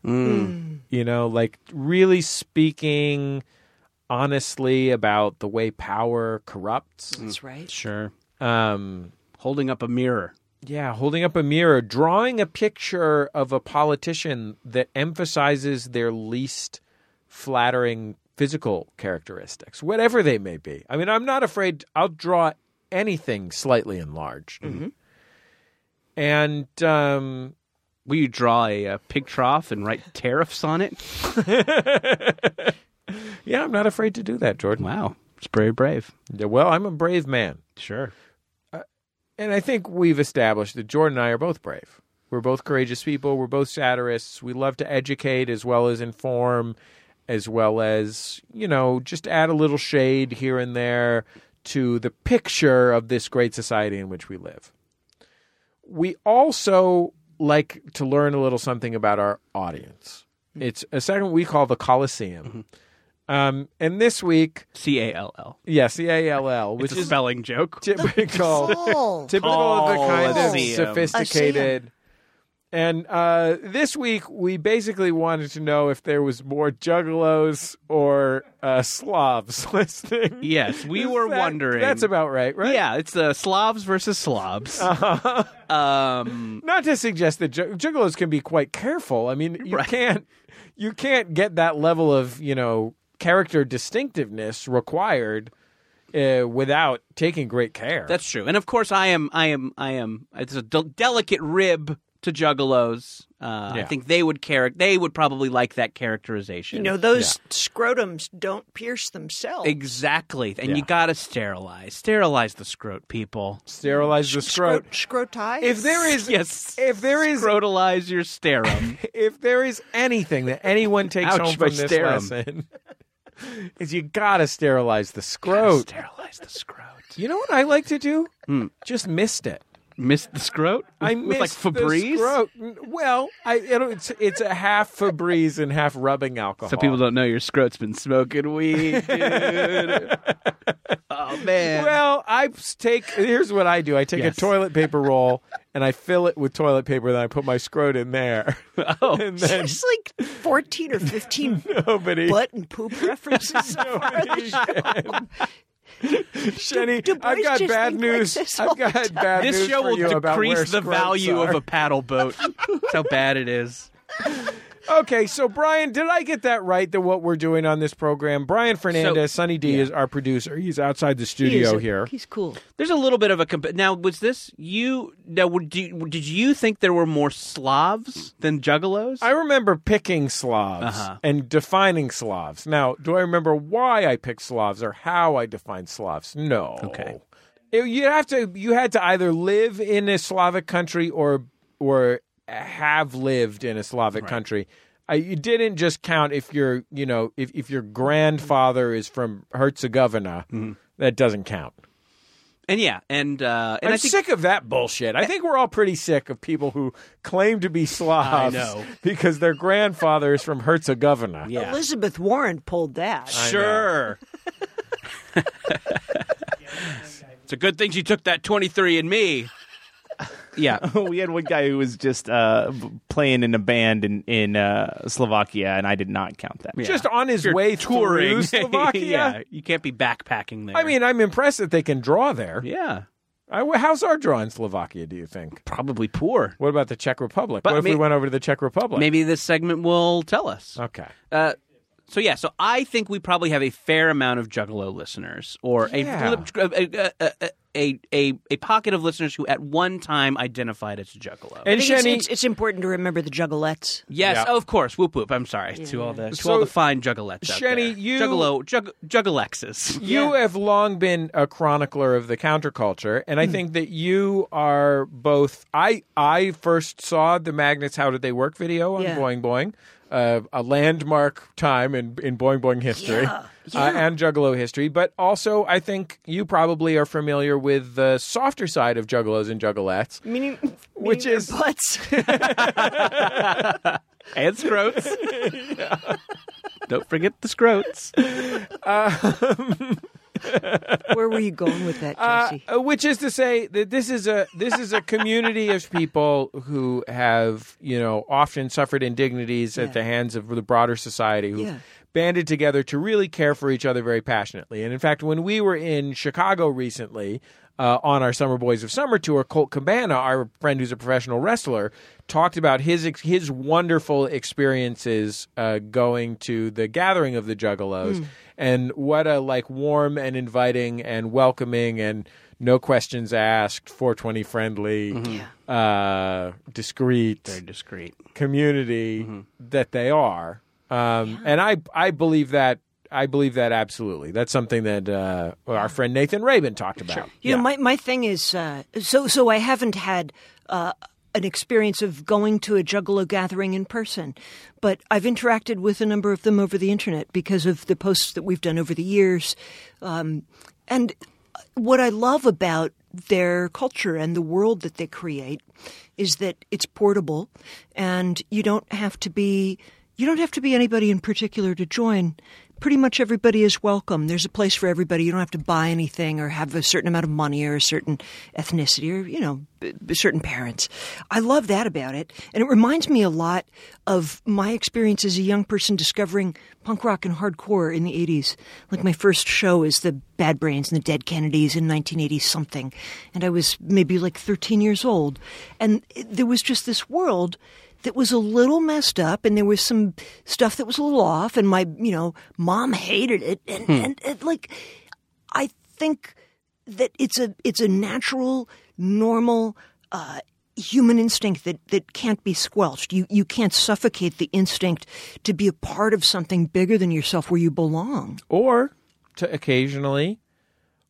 You know, like really speaking honestly about the way power corrupts.
That's right.
Sure.
Um,
Holding up a mirror.
yeah, holding up a mirror, drawing a picture of a politician that emphasizes their least flattering physical characteristics, whatever they may be. I mean, I'm not afraid. I'll draw anything slightly enlarged. And um,
Will you draw a, uh pig trough and write tariffs on it?
yeah, I'm not afraid to do that, Jordan.
Wow, it's very brave.
Yeah, Well, I'm a brave man.
Sure.
And I think we've established that Jordan and I are both brave. We're both courageous people. We're both satirists. We love to educate as well as inform, as well as, you know, just add a little shade here and there to the picture of this great society in which we live. We also like to learn a little something about our audience.
Mm-hmm.
It's a segment we call the Coliseum. Um, and this week,
C A L L.
yes, the ALL, which
It's a
is
spelling joke.
typical.
Oh,
typical of the kind
Call
of
a
Sam.
sophisticated. And uh, this week, we basically wanted to know if there was more juggalos or uh, Slavs listening.
Yes, we
Is
were
that-
wondering.
That's about right, right? Uh-huh.
Yeah, it's the Slavs versus Slavs. um,
Not to suggest that ju- juggalos can be quite careful. I mean, you
Right.
can't you can't get that level of you know character distinctiveness required uh, without taking great care.
that's true. And of course, I am. I am. I am. It's a del- delicate rib to Juggalos. Uh, I
Yeah.
think they would char- They would probably like that characterization.
You know, those scrotums don't pierce themselves.
exactly. And
Yeah.
you gotta sterilize. Sterilize the scrot, people.
sterilize the scrot.
Scrot- scroti?
If there is
Yes.
if there is
Scrotalize your sterum.
if there is anything that anyone takes
Ouch,
home
my
from this
sterum.
lesson, is you gotta sterilize the scrote.
Sterilize the scrote.
you know what I like to do?
Hmm.
Just missed it.
Missed the scrote?
I missed
With, like Febreze.
The scrote. Well, I it, it's it's a half Febreze and half rubbing alcohol.
So people don't know your scrote's been smoking weed, dude. oh man.
Well, I take. Here's what I do. I take
Yes.
a toilet paper roll and I fill it with toilet paper. Then I put my scrote in there.
Oh.
and then
There's like 14 or 15
nobody.
butt and poop references.
nobody can. Shenny,
do boys
I've got
just
bad
think like
news.
this all
I've got
the time?
bad
this
news
show
for
will
you about where
decrease the
scrotes
value
are.
of a paddle boat. That's how bad it is.
Okay, so Brian, did I get that right? That what we're doing on this program, Brian Fernandez, Sunny D is our producer. He's outside the studio here.
He's cool.
There's a little bit of a comp- now. Was this you? Now, would you, did you think there were more Slavs Uh-huh. than Juggalos?
I remember picking Slavs and defining Slavs. Now, do I remember why I picked Slavs or how I defined Slavs? No.
Okay.
It- you have to. You had to either live in a Slavic country or or have lived in a Slavic country. I, you didn't just count if your you know if if your grandfather is from Herzegovina.
Mm-hmm.
That doesn't count.
and yeah, and uh, and
I'm
I think
sick of that bullshit. I think we're all pretty sick of people who claim to be Slavs
know.
because their grandfather is from Herzegovina.
yeah,
Elizabeth Warren pulled that.
sure. it's a good thing she took that 23 and me. Yeah,
we had one guy who was just uh, b- playing in a band in in uh, Slovakia, and I did not count that.
Just on his
You're
way
touring
through Slovakia.
yeah, you can't be backpacking there.
I mean, I'm impressed that they can draw there.
yeah,
I, how's our draw in Slovakia, do you think?
probably poor.
What about the Czech Republic?
But
what if
may-
we went over to the Czech Republic?
Maybe this segment will tell us.
Okay.
Uh, so yeah, so I think we probably have a fair amount of Juggalo listeners, or a- uh,
Yeah.
a, a, a, a a a pocket of listeners who at one time identified as Juggalo.
And
I think it's,
Shenny,
it's, it's important to remember the juggalettes.
yes,
Yeah.
oh, of course. Whoop whoop. I'm sorry to all the to
So,
all the fine Juggalettes. out
Shenny,
there.
you-
Juggalo jug, Juggalexes.
you have long been a chronicler of the counterculture, and I
Hmm.
think that you are both. I I first saw the Magnets "How Did They Work" video on
Yeah.
Boing Boing, uh, a landmark time in in Boing Boing history Uh, and Juggalo history. But also, I think you probably are familiar with the softer side of Juggalos and Juggalettes,
Meaning,
which is
butts.
and scrotes. Don't forget the scrotes.
Where were you going with that,
Uh,
Jesse?
uh, which is to say that this is a this is a community of people who have you know often suffered indignities at the hands of the broader society who
Yeah.
banded together to really care for each other very passionately. And in fact, when we were in Chicago recently. Uh, on our Summer Boys of Summer tour, Colt Cabana, our friend who's a professional wrestler, talked about his ex- his wonderful experiences uh, going to the gathering of the Juggalos, and what a like warm and inviting and welcoming and no questions asked, 420 friendly, uh, discreet,
Very discreet.
community that they are. Um, And I I believe that I believe that absolutely. That's something that uh, our friend Nathan Rabin talked about.
You know, my, my thing is uh, so so I haven't had uh, an experience of going to a Juggalo gathering in person, but I've interacted with a number of them over the internet because of the posts that we've done over the years, um, and what I love about their culture and the world that they create is that it's portable, and you don't have to be you don't have to be anybody in particular to join. Pretty much everybody is welcome. There's a place for everybody. You don't have to buy anything or have a certain amount of money or a certain ethnicity or, you know, b- b- certain parents. I love that about it. And it reminds me a lot of my experience as a young person discovering punk rock and hardcore in the 80s. Like my first show is the Bad Brains and the Dead Kennedys in 1980 something. And I was maybe like 13 years old. And it- there was just this world that was a little messed up and there was some stuff that was a little off and my you know mom hated it and, and, and like i think that it's a it's a natural normal uh human instinct that that can't be squelched you you can't suffocate the instinct to be a part of something bigger than yourself where you belong
Or to occasionally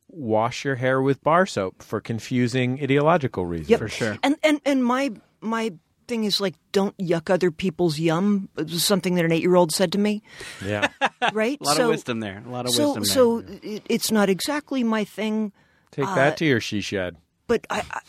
wash your hair with bar soap for confusing ideological reasons.
Yep. For sure. And and and my my
thing is like, don't yuck other people's yum. It was something that an eight-year-old said to me,
Yeah.
right?
A lot of wisdom there. A lot of
so,
wisdom there.
so it, it's not exactly my thing,
Take that to your she shed.
but I, I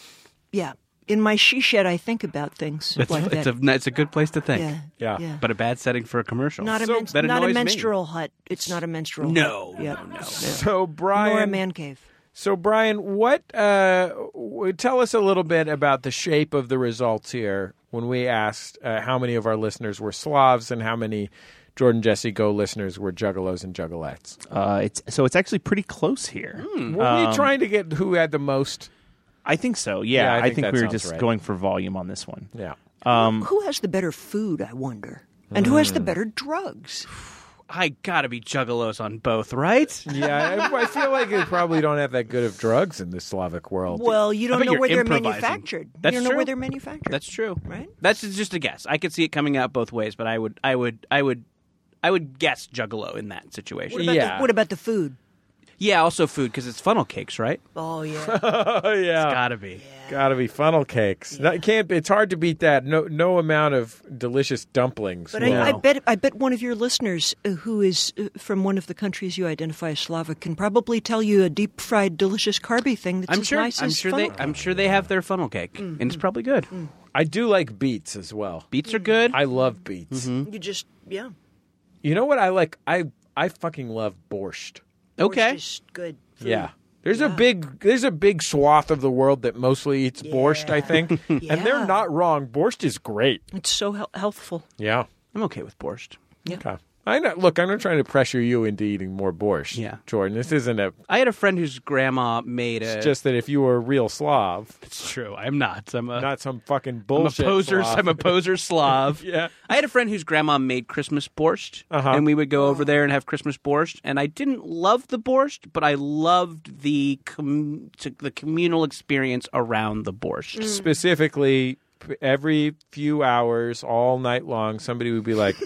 yeah, in my she shed, I think about things
it's,
like
it's
that.
a it's a good place to think,
yeah,
Yeah.
but a bad setting for a commercial.
not a,
so,
mens-
that
not
annoys
a
me.
menstrual hut. It's not a menstrual.
No,
hut. Yeah.
no, no.
So Brian,
nor a man cave.
So, Brian, what? Uh, w- tell us a little bit about the shape of the results here when we asked uh, how many of our listeners were Slavs and how many Jordan Jesse Go listeners were Juggalos and Juggalettes.
Uh, it's so it's actually pretty close here.
Were we trying to get who had the most?
I think so. Yeah,
Yeah, I
I,
think
think,
that
we were
sounds
just
right.
going for volume on this one.
Yeah.
who has the better food? I wonder, and who has the better drugs?
Hmm. I gotta be juggalos on both, right?
Yeah, I, I feel like they probably don't have that good of drugs in the Slavic world.
Well, you
I
don't
bet
know
you're
where they're
improvising.
manufactured.
That's
you don't know
true.
where they're manufactured.
That's true.
Right?
That's just a guess. I could see it coming out both ways, but I would, I would, I would, I would guess juggalo in that situation.
What about
yeah.
The, what about the food?
Yeah, also food because it's funnel cakes, right?
Oh yeah.
oh yeah,
Gotta be.
gotta be funnel cakes. No, it can't. It's hard to beat that. No, no amount of delicious dumplings.
But
will.
I, I bet I bet one of your listeners uh, who is uh, from one of the countries you identify as Slavic can probably tell you a deep fried, delicious carby thing that's
I'm
as
sure.
nice
I'm
as
sure
funnel Mm,
they. I'm sure they have their funnel cake, and it's probably good.
I do like beets as well.
Beets are good.
I love beets.
You just yeah.
You know what I like? I I fucking love borscht.
okay.
Just good. food.
Yeah. There's a big there's a big swath of the world that mostly eats borscht, I think. And they're
Yeah.
not wrong. Borscht is great.
It's so hel- healthful.
Yeah.
I'm okay with borscht.
Okay. I know, look, I'm not trying to pressure you into eating more borscht.
Yeah.
Jordan, this isn't a
I had a friend whose grandma made a.
it's just that if you were a real Slav,
it's true. I'm not. I'm a.
not some fucking
I'm a
bullshit.
poser.
Slav.
I'm a poser Slav.
Yeah.
I had a friend whose grandma made Christmas borscht,
Uh-huh.
and we would go over there and have Christmas borscht. And I didn't love the borscht, but I loved the com- to the communal experience around the borscht.
Mm. specifically p- every few hours all night long somebody would be like,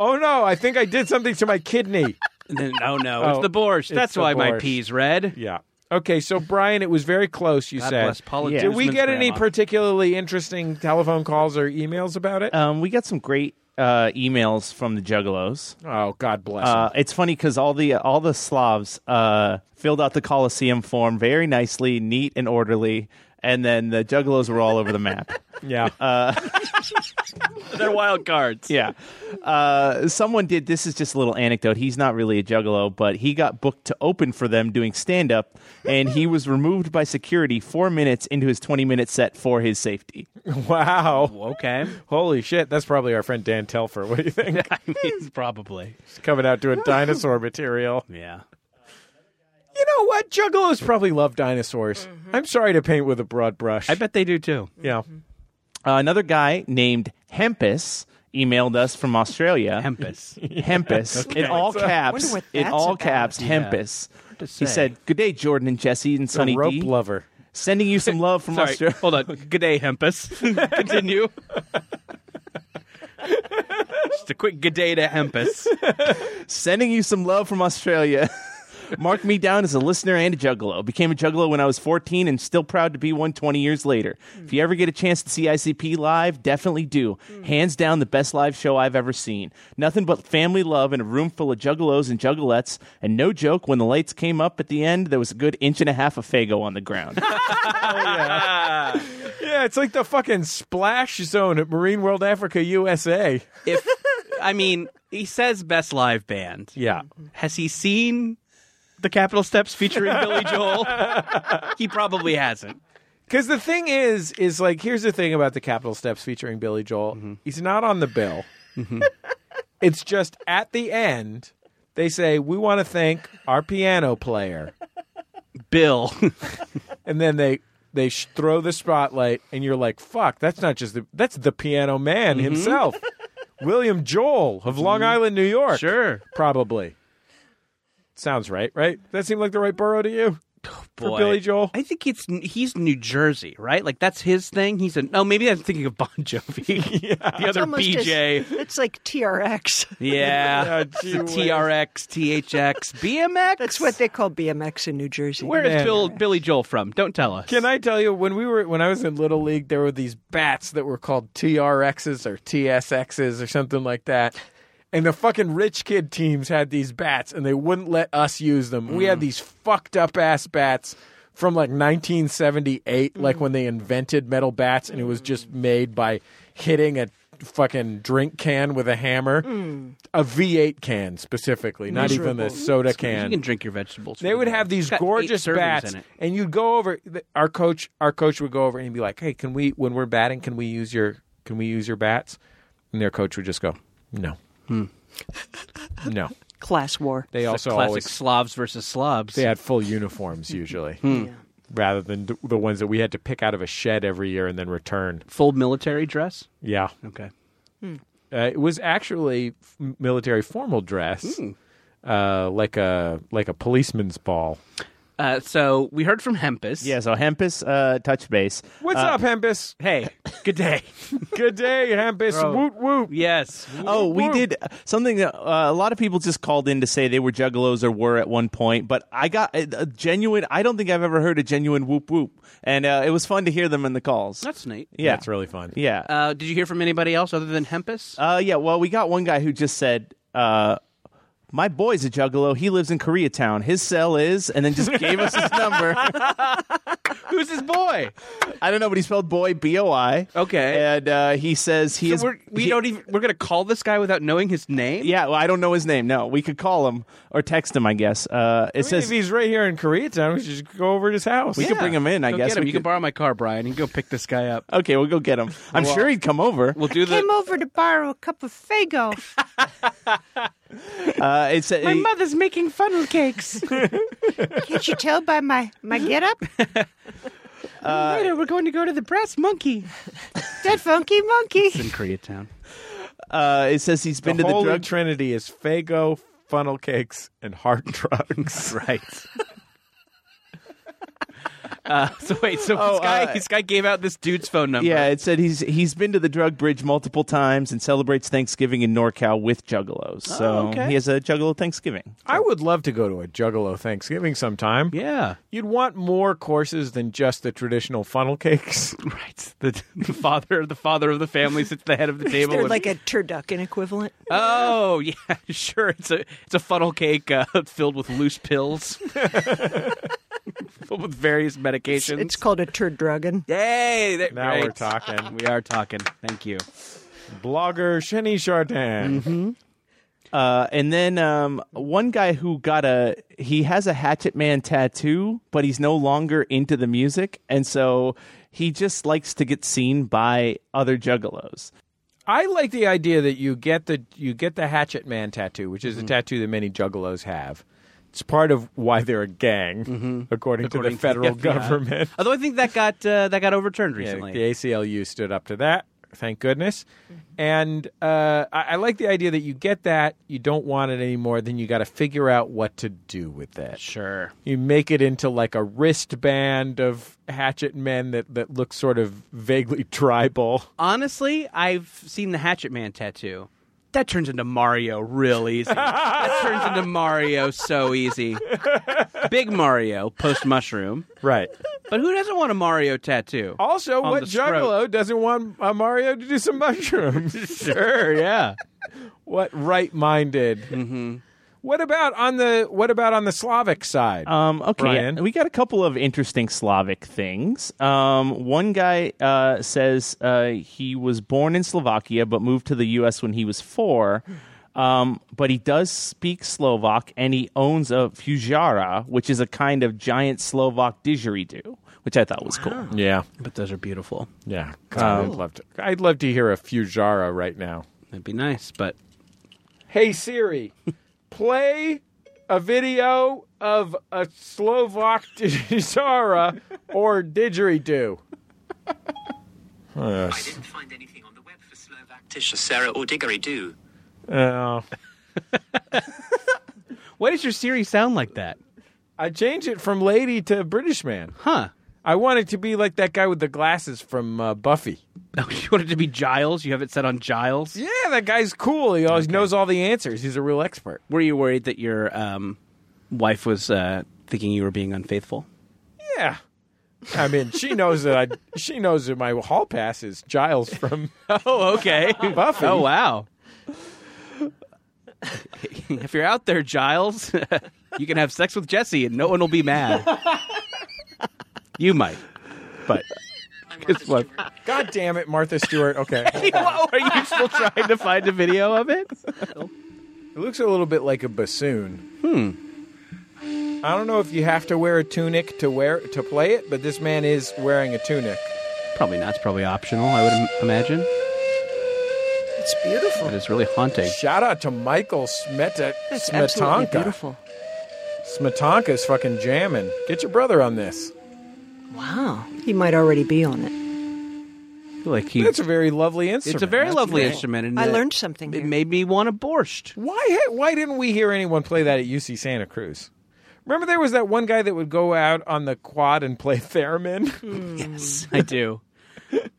"Oh no, I think I did something to my kidney."
And then, oh no,
Oh,
it's the borscht.
it's
That's
the
why my
borscht.
pee's red.
Yeah. Okay, so Brian, it was very close. You
God
said.
bless Paula
Did we
Guzman's
get any
grandma.
particularly interesting telephone calls or emails about it?
Um, we got some great uh, emails from the Juggalos.
oh, God bless.
Uh, it's funny because all the all the Slavs uh, filled out the Coliseum form very nicely, neat and orderly, and then the Juggalos were all over the map.
them. yeah.
uh, They're wild cards.
Yeah, uh, someone did. This is just a little anecdote. He's not really a Juggalo, but he got booked to open for them doing stand up, and he was removed by security four minutes into his twenty minute set for his safety.
wow.
Okay.
Holy shit. That's probably our friend Dan Telfer. What do you think?
I mean, probably.
He's coming out doing dinosaur material.
Yeah.
You know what? Juggalos probably love dinosaurs. I'm sorry to paint with a broad brush.
I bet they do too.
Yeah.
Uh, another guy named Hempus emailed us from Australia.
Tempest.
Hempus in all
Wonder
caps.
what
In
that's
all
about.
caps, Hempus. He said, "Good day, Jordan and Jesse and
The
Sunny
rope
D.
lover.
Sending you some love from
Sorry.
Australia."
Hold on. Good day, Hempus. Continue. Just a quick good day to Hempus.
Sending you some love from Australia. Mark me down as a listener and a juggalo. Became a juggalo when I was 14 and still proud to be one 20 years later. If you ever get a chance to see ICP live, definitely do. Hands down, the best live show I've ever seen. Nothing but family love and a room full of juggalos and juggalettes. And no joke, when the lights came up at the end, there was a good inch and a half of Fago on the ground.
Yeah, it's like the fucking splash zone at Marine World Africa, USA.
If I mean, he says best live band.
Yeah.
Has he seen the Capitol Steps featuring Billy Joel? he probably hasn't.
Because the thing is, is like, here's the thing about the Capitol Steps featuring Billy Joel.
Mm-hmm.
He's not on the bill. it's just at the end, they say, we want to thank our piano player.
Bill.
And then they they sh- throw the spotlight, and you're like, fuck, that's not just the, that's the piano man
Mm-hmm.
himself. William Joel of Long Island, New York.
sure.
Probably. Sounds right, right? That seemed like the right borough to you? for
Oh, Boy.
Billy Joel?
I think it's he's New Jersey, right? Like that's his thing. He's a oh maybe I'm thinking of Bon Jovi, the other
Almost as-
BJ.
it's like TRX.
Yeah,
Yeah,
It's
gee
a
whiz.
TRX, THX, BMX.
That's what they call BMX in New Jersey.
Where is
Man.
Bill, Billy Joel from? Don't tell us.
Can I tell you when we were when I was in little league, there were these bats that were called TRXs or TSXs or something like that. And the fucking rich kid teams had these bats, and they wouldn't let us use them. We had these fucked up ass bats from like 1978, like when they invented metal bats, and it was just made by hitting a fucking drink can with a hammer, a V8 can specifically, not even the soda
You
can.
can drink your vegetables.
They would have these
It's got eight
gorgeous
servings
bats,
in it.
and you'd go over. th- Our coach, our coach would go over and he'd be like, "Hey, can we when we're batting, can we use your can we use your bats?" And their coach would just go, "No, no."
Class war.
They also
Classic
always
Slavs versus Slobs.
they had full uniforms usually,
Hmm.
rather than th- the ones that we had to pick out of a shed every year and then return.
Full military dress.
Yeah,
Okay.
uh, it was actually f- military formal dress, uh, like a like a policeman's ball.
Uh, so we heard from Hempus.
Yeah, so Hempus uh, touch base.
What's up, Hempus?
Hey, good day.
Good day, Hempus. Woot woot.
yes.
Oh, we did something that uh, a lot of people just called in to say they were juggalos or were at one point, but I got uh, a, a genuine, I don't think I've ever heard a genuine whoop whoop. And uh, it was fun to hear them in the calls.
That's neat.
yeah.
That's really fun.
yeah.
Uh, did you hear from anybody else other than Hempus?
Uh, yeah, well, we got one guy who just said, uh, my boy's a juggalo. He lives in Koreatown. His cell is, and then just gave us his number.
Who's his boy?
I don't know, but he spelled boy B O I.
Okay.
and uh, he says he
So
is.
we're, we
he-
don't even. We're gonna call this guy without knowing his name.
Yeah, well, I don't know his name. No, we could call him or text him. I guess. Uh,
I
it
mean,
says
if he's right here in Koreatown, we should just go over to his house.
We could bring him in, I
Go
guess.
Get him.
We
You
could-
can borrow my car, Brian. You can go pick this guy up.
okay, we'll go get him. I'm sure he'd come over.
We'll do the.
Came over to borrow a cup of Fago.
Uh, it said
My mother's making funnel cakes. Can't you tell by my my getup? Later, we're going to go to the Brass Monkey. That funky monkey.
in Koreatown.
uh, it says he's been
the
to the
Holy
drug.
Trinity is Fago, funnel cakes, and hard drugs.
Right. uh, so wait, so
Oh,
this guy
uh,
this guy gave out this dude's phone number.
yeah, it said he's he's been to the drug bridge multiple times and celebrates Thanksgiving in NorCal with juggalos. So
Oh, okay.
he has a juggalo Thanksgiving.
I would love to go to a Juggalo Thanksgiving sometime.
Yeah.
You'd want more courses than just the traditional funnel cakes.
Right. The, the father the father of the family sits at the head of the
Is
table.
there
with-
like a turducken equivalent?
oh yeah, sure. It's a it's a funnel cake uh, filled with loose pills. filled with various medications.
It's called a turducken.
Yay! that-
Now
great.
we're talking.
We are talking. Thank you.
Blogger Shenny Chardin.
Uh, and then um, one guy who got a he has a Hatchet Man tattoo, but he's no longer into the music, and so he just likes to get seen by other juggalos.
I like the idea that you get the you get the Hatchet Man tattoo, which is a tattoo that many juggalos have. It's part of why they're a gang, according, to
According
the
to the
federal
FBI.
government.
Although I think that got uh, that got overturned
Yeah,
recently.
the ACLU stood up to that, thank goodness. And uh, I, I like the idea that you get that, you don't want it anymore, then you got to figure out what to do with it.
Sure.
You make it into like a wristband of hatchet men that, that looks sort of vaguely tribal.
honestly, I've seen the Hatchet Man tattoo. That turns into Mario real easy. that turns into Mario so easy. Big Mario post mushroom.
Right.
But who doesn't want a Mario tattoo?
Also,
On
what
the scrot.
juggalo doesn't want uh, Mario to do some mushrooms? sure, yeah. Mm-hmm. What right-minded? What about on the what about on the Slavic side?
Uh,
Um, okay,
Brian?
yeah, we got a couple of interesting Slavic things. Um, one guy uh, says uh, he was born in Slovakia but moved to the U.S. when he was four. Um, but he does speak Slovak and he owns a fujara, which is a kind of giant Slovak didgeridoo, which I thought was cool.
yeah.
But those are beautiful.
Yeah,
Oh.
God, I'd love to. I'd love to hear a Fujara right now.
That'd be nice, but
Hey Siri, play a video of a Slovak Fujara or didgeridoo.
I didn't find anything on the web for Slovak Tisha Sarah or Didgeridoo.
Oh,
why does your Siri sound like that?
I change it from lady to British man.
Huh.
I want it to be like that guy with the glasses from uh, Buffy.
Oh, you want it to be Giles? You have it set on Giles?
Yeah, that guy's cool. He always knows all the answers. He's a real expert.
Were you worried that your um, wife was uh, thinking you were being unfaithful?
Yeah. I mean, she knows that I. She knows that my hall pass is Giles from
Oh, okay.
Buffy.
oh, wow. if you're out there, Giles, you can have sex with Jesse and no one will be mad. you might. But
I'm Martha
what-
Stewart.
God damn it, Martha Stewart. Okay, it
are you still trying to find a video of it?
looks a little bit like a bassoon. Hmm. I don't know if you have to wear a tunic to wear to play it, but this man is wearing a tunic.
Probably not. It's probably optional, I would im- imagine.
It's beautiful.
But it's really haunting.
Shout out to Michael Smeta
It's absolutely
Smetanka.
beautiful.
Smetanka's fucking jamming. Get your brother on this.
Wow. He might already be on it.
Like he,
That's a very lovely instrument.
it's a very
That's
lovely
great.
instrument. And
I
it-
learned something
It
here.
made me want a borscht.
Why? ha- Why didn't we hear anyone play that at UC Santa Cruz? Remember, there was that one guy that would go out on the quad and play theremin.
Yes, I do.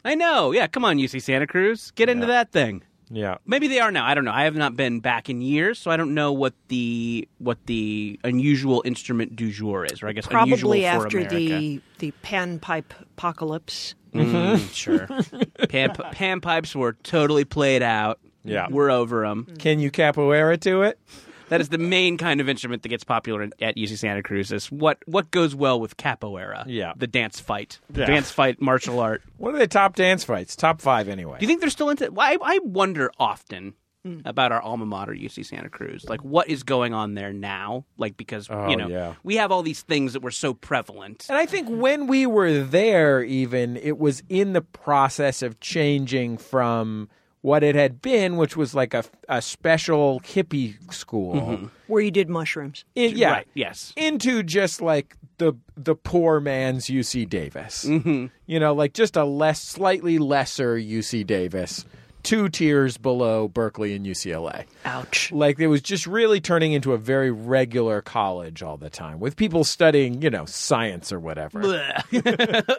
I know. Yeah, come on, UC Santa Cruz, get into that thing.
yeah,
Maybe they are now. I don't know. I have not been back in years, so I don't know what the what the unusual instrument du jour is, or I guess unusual
Probably
for
after
America.
the the panpipe apocalypse.
Mm, sure. Pan, pan pipes were totally played out.
Yeah.
we're over them.
can you capoeira to it?
That is the main kind of instrument that gets popular in- at UC Santa Cruz. Is what what goes well with capoeira?
Yeah.
the dance fight,
Yeah.
dance fight, martial art.
What are the top dance fights? Top five, anyway.
Do you think they're still into? Well, I, I wonder often about our alma mater, UC Santa Cruz. Like, what is going on there now? Like, because
Oh,
you know,
yeah.
we have all these things that were so prevalent.
and I think when we were there, even it was in the process of changing from what it had been, which was like a, a special hippie school.
where you did mushrooms.
In- yeah,
Mm-hmm. Right, yes.
into just like the the poor man's UC Davis. Mm-hmm. You know, like just a less, slightly lesser UC Davis, two tiers below Berkeley and UCLA.
Ouch.
Like it was just really turning into a very regular college all the time with people studying, you know, science or whatever.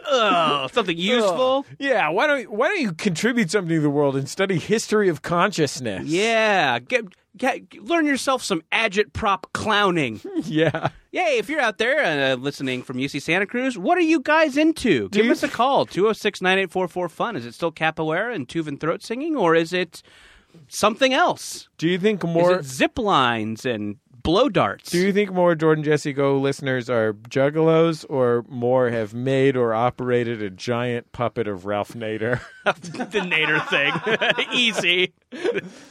oh, something useful.
Yeah, why don't why don't you contribute something to the world and study history of consciousness?
Yeah, get, get learn yourself some agitprop clowning.
yeah.
Yay, if you're out there uh, listening from UC Santa Cruz, what are you guys into? Give us a call, 206 9844 FUN. Is it still capoeira and Tuvan throat singing, or is it something else?
Do you think
Is
more?
it zip lines and blow darts?
Do you think more Jordan Jesse Go listeners are juggalos or more have made or operated a giant puppet of Ralph Nader?
the Nader thing. easy.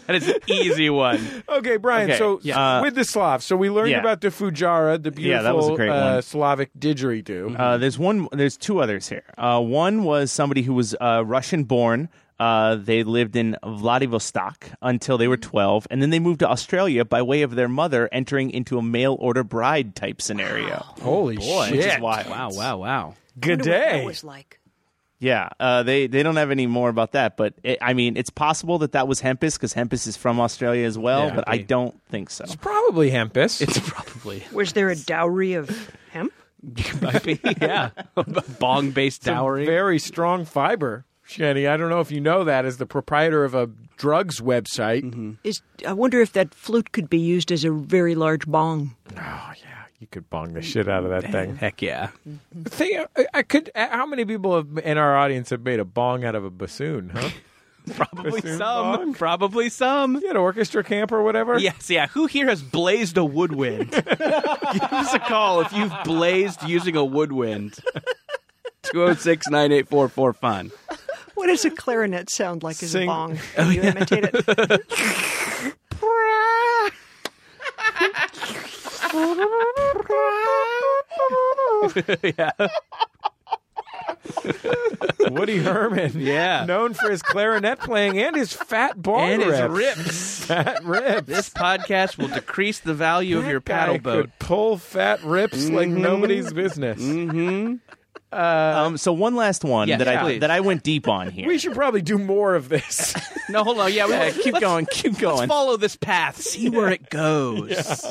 That is an easy one.
okay, Brian,
Okay,
so
yeah.
s- with the Slavs, so we learned
yeah.
about the Fujara, the beautiful
Yeah, that was a great
uh,
one.
Slavic didgeridoo.
Uh, there's one. There's two others here. Uh, one was somebody who was uh, Russian born. Uh, they lived in Vladivostok until they were 12, and then they moved to Australia by way of their mother entering into a mail order bride type scenario.
Holy shit.
Which is wild.
Wow, wow, wow.
Good
Wonder What that
day.
was like.
Yeah, uh, they they don't have any more about that, but it, I mean, it's possible that that was Hempus because Hempus is from Australia as well,
Yeah.
but I don't think so.
Probably Hempus.
It's probably
Was there a dowry of hemp?
might be, yeah. Bong based dowry.
Very strong fiber. Shanny, I don't know if you know that as the proprietor of a drugs website.
Mm-hmm.
Is I wonder if that flute could be used as a very large bong.
Oh yeah, you could bong the shit out of that thing.
Heck yeah.
Think, uh, I- I could. How many people have, in our audience have made a bong out of a bassoon? Huh?
Probably
Bassoon
some.
bong?
Probably some.
you had an orchestra camp or whatever.
Yes, yeah. Who here has blazed a woodwind? Give us a call if you've blazed using a woodwind. 206 9844 fun.
What does a clarinet sound like as
Sing-
a bong?
Oh,
Can you imitate it?
Woody Herman.
Yeah.
known for his clarinet playing and his fat bong
And his
rips.
rips.
Fat rips.
This podcast will decrease the value of
That
your
guy
paddle boat.
could pull fat rips like
Mm-hmm.
nobody's business.
um, so one last one
Yeah,
that I
please.
that I went deep on here.
We should probably do more of this.
No, hold on. Yeah, we
keep going, keep
Let's
going.
follow this path. See where it goes.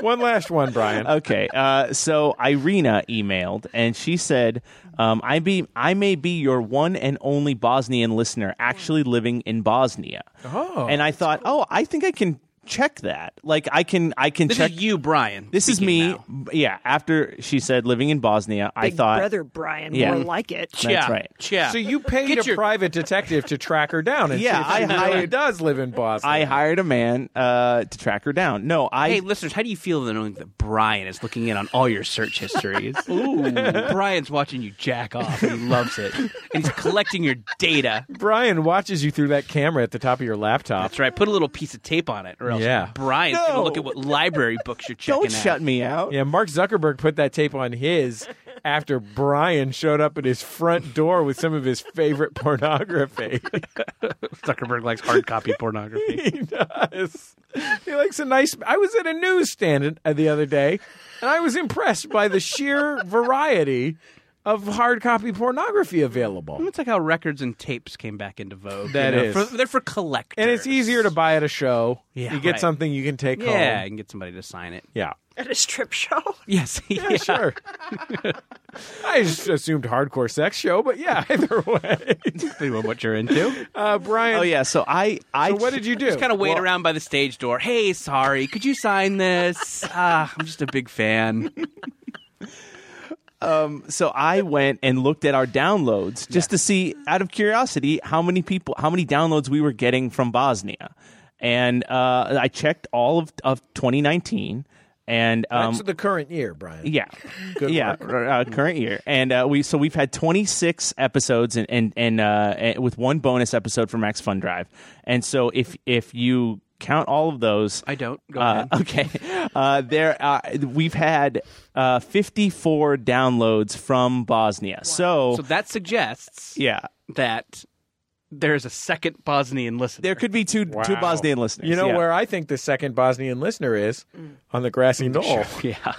One last one, Brian.
Okay, uh, so Irina emailed and she said, um, "I be I may be your one and only Bosnian listener actually living in Bosnia."
Oh,
and I thought, oh, I think I can check that. Like I can I can
This
check.
is you, Brian.
this is
speaking
me.
now.
B- Yeah. After she said living in Bosnia, I
Big
thought
brother Brian,
Yeah.
more like it.
that's
yeah,
right.
Yeah.
So you paid
Get
a
your-
private detective to track her down, and see
Yeah,
if she
I
really
hired-
does live in Boston.
I hired a man uh, to track her down. No, I.
Hey, listeners, how do you feel that knowing that Brian is looking in on all your search histories? Ooh. Brian's watching you jack off. And he loves it. And he's collecting your data.
Brian watches you through that camera at the top of your laptop.
That's right. Put a little piece of tape on it, or else
Yeah.
Brian's going to
No.
look at what library books you're checking
don't
out.
shut me out.
Yeah, Mark Zuckerberg put that tape on his after Brian showed up at his front door with some of his favorite pornography.
Zuckerberg likes hard copy pornography.
he does. He likes a nice. I was at a newsstand uh, the other day, and I was impressed by the sheer variety of hard copy pornography available.
It's like how records and tapes came back into vogue.
That
That is,
is.
they're for collectors.
And it's easier to buy at a show.
Yeah,
you get
right.
something you can take
Yeah, you
home.
can get somebody to sign it.
Yeah.
At a strip show.
Yes.
Yeah, sure. I just assumed hardcore sex show, but yeah, either way.
Depending on what you're into.
Uh, Brian,
Oh yeah. So I. I.
so what did you do?
Just kind of wait around by the stage door. Hey, sorry, could you sign this? Ah, I'm just a big fan.
so I went and looked at our downloads just to see, out of curiosity, how many people, how many downloads we were getting from Bosnia, and uh, I checked all of of 2019, and um,
That's the current year, Brian.
yeah,
Good
yeah,
work.
r- uh, current year, and uh, we so we've had 26 episodes, and and and, uh, and with one bonus episode for Max Fun Drive, and so if if you count all of those,
I don't. Go
uh,
ahead.
okay. Uh, there, uh, we've had uh, 54 downloads from Bosnia. So,
So that suggests
yeah,
that there's a second Bosnian listener.
there could be two two
Wow.
Bosnian listeners.
You know
yeah.
where I think the second Bosnian listener is? On the grassy knoll.
yeah.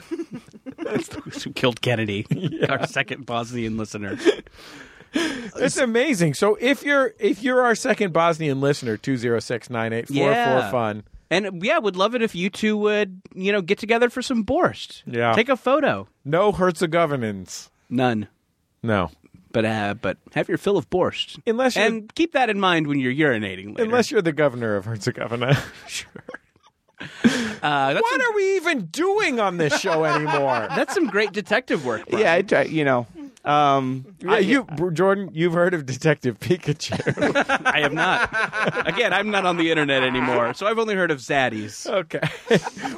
That's those who killed Kennedy. Our second Bosnian listener.
It's amazing. So if you're if you're our second Bosnian listener, two zero six nine eight four four
Yeah.
fun.
And yeah, would love it if you two would, you know, get together for some borscht.
Yeah.
Take a photo.
No Herzegovinans.
None.
No.
But uh, but have your fill of borscht.
Unless you're
and keep that in mind when you're urinating. Later.
unless you're the governor of Herzegovina. sure.
uh, that's,
What
some,
are we even doing on this show anymore?
that's some great detective work. Brian.
Yeah, I try, you know. Um,
Yeah, you, Jordan, you've heard of Detective Pikachu.
I have not. Again, I'm not on the internet anymore, so I've only heard of Zaddies.
okay,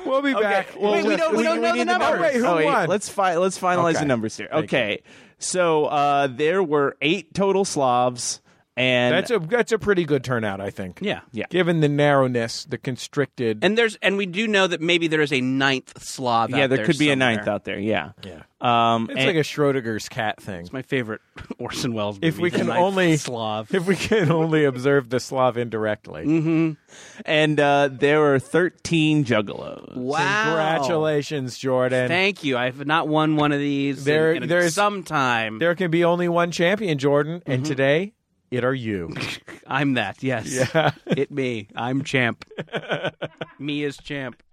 we'll be back. We'll
Wait, we don't- we don't know the
numbers. Oh, wait, who
oh, wait,
won?
Let's fi- let's finalize
Okay.
the numbers here.
Thank you.
okay, so uh, there were eight total Slavs, and
That's a that's a pretty good turnout, I think.
Yeah.
Yeah.
Given the narrowness, the constricted,
And there's and we do know that maybe there is a ninth Slav.
yeah,
out
there
there
could be a
somewhere.
ninth out there. Yeah,
yeah,
Um,
it's
and-
like a Schrodinger's cat thing.
It's my favorite Orson Welles. Movie,
If we
The
can
Ninth
only-
Slav.
If we can only observe the Slav indirectly,
Mm-hmm.
and uh, there were 13 juggalos.
Wow!
congratulations, Jordan.
Thank you. I have not won one of these.
There-
in, in
there's-
some time.
there can be only one champion, Jordan,
Mm-hmm.
and today it are you.
I'm that. Yes.
Yeah.
It me. I'm champ. me is champ.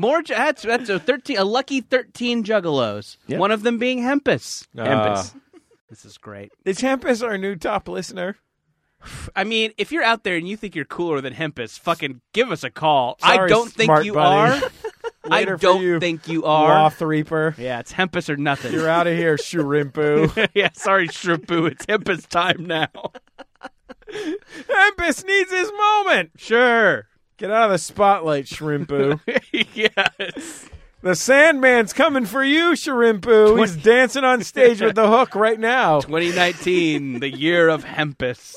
More. ju- That's that's a thirteen. A lucky thirteen juggalos.
Yep.
One of them being Hempus.
Uh,
Tempest.
This is great.
is Tempest our new top listener?
I mean, if you're out there and you think you're cooler than Hempus, fucking give us a call. I
Sorry,
don't think
smart
you
buddy.
are. I
Later for
don't
you,
think you are.
Loth Reaper.
Yeah, it's Hempus or nothing.
You're out of here, Shurimpu.
yeah, sorry, Shrimpoo. It's Hempus time now.
Tempest needs his moment.
Sure.
Get out of the spotlight, Shrimpu.
yes.
the Sandman's coming for you, Shrimpu. He's dancing on stage with the hook right now.
2019, the year of Hempus.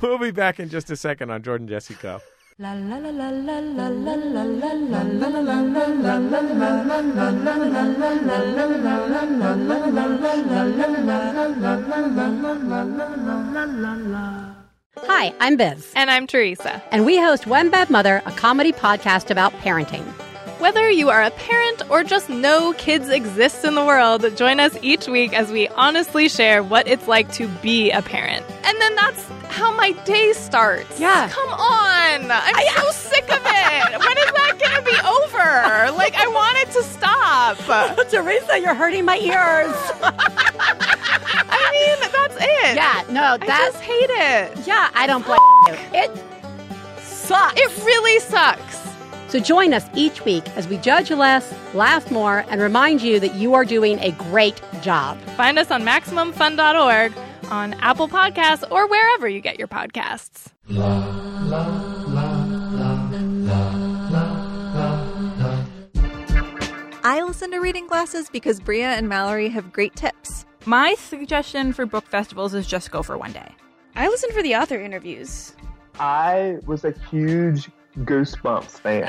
We'll be back in just a second on Jordan Jesse Go.
Hi, I'm Biz,
And I'm Teresa.
and we host One Bad Mother, a comedy podcast about parenting.
Whether you are a parent or just know kids exist in the world, join us each week as we honestly share what it's like to be a parent. And then that's how my day starts.
Yeah.
Come on. I'm so sick of it. when is that gonna be over. Like I want it to stop.
Teresa, you're hurting my ears.
I mean, that's it.
yeah, no,
I
that's
just hate it.
yeah. I don't blame you. It sucks.
It really sucks.
So join us each week as we judge less, laugh more, and remind you that you are doing a great job.
Find us on MaximumFun.org, on Apple Podcasts, or wherever you get your podcasts.
I listen to reading glasses because Bria and Mallory have great tips.
My suggestion for book festivals is just go for one day.
I listen for the author interviews.
I was a huge Goosebumps fan.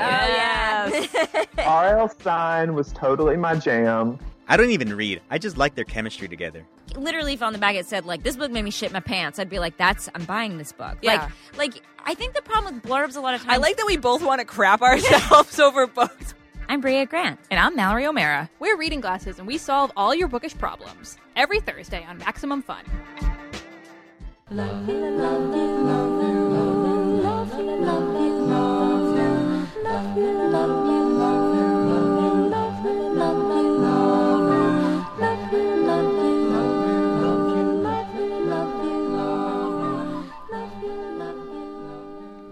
R.L. Stein was totally my jam.
I don't even read. I just like their chemistry together.
literally if on the back it said like this book made me shit my pants i'd be like that's i'm buying this book
Yeah.
like like i think the problem with blurbs a lot of times
I like that we both want to crap ourselves over books.
i'm bria grant
And I'm Mallory O'Mara. We're Reading Glasses, and we solve all your bookish problems every Thursday on Maximum Fun.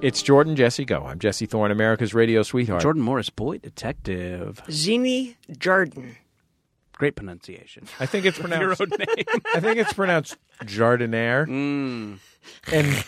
It's Jordan Jesse Go. I'm Jesse Thorne, America's radio sweetheart.
Jordan Morris, boy detective.
Zini Jordan.
Great pronunciation.
I think it's pronounced.
Your own name.
I think it's pronounced Jardinere,
Mm.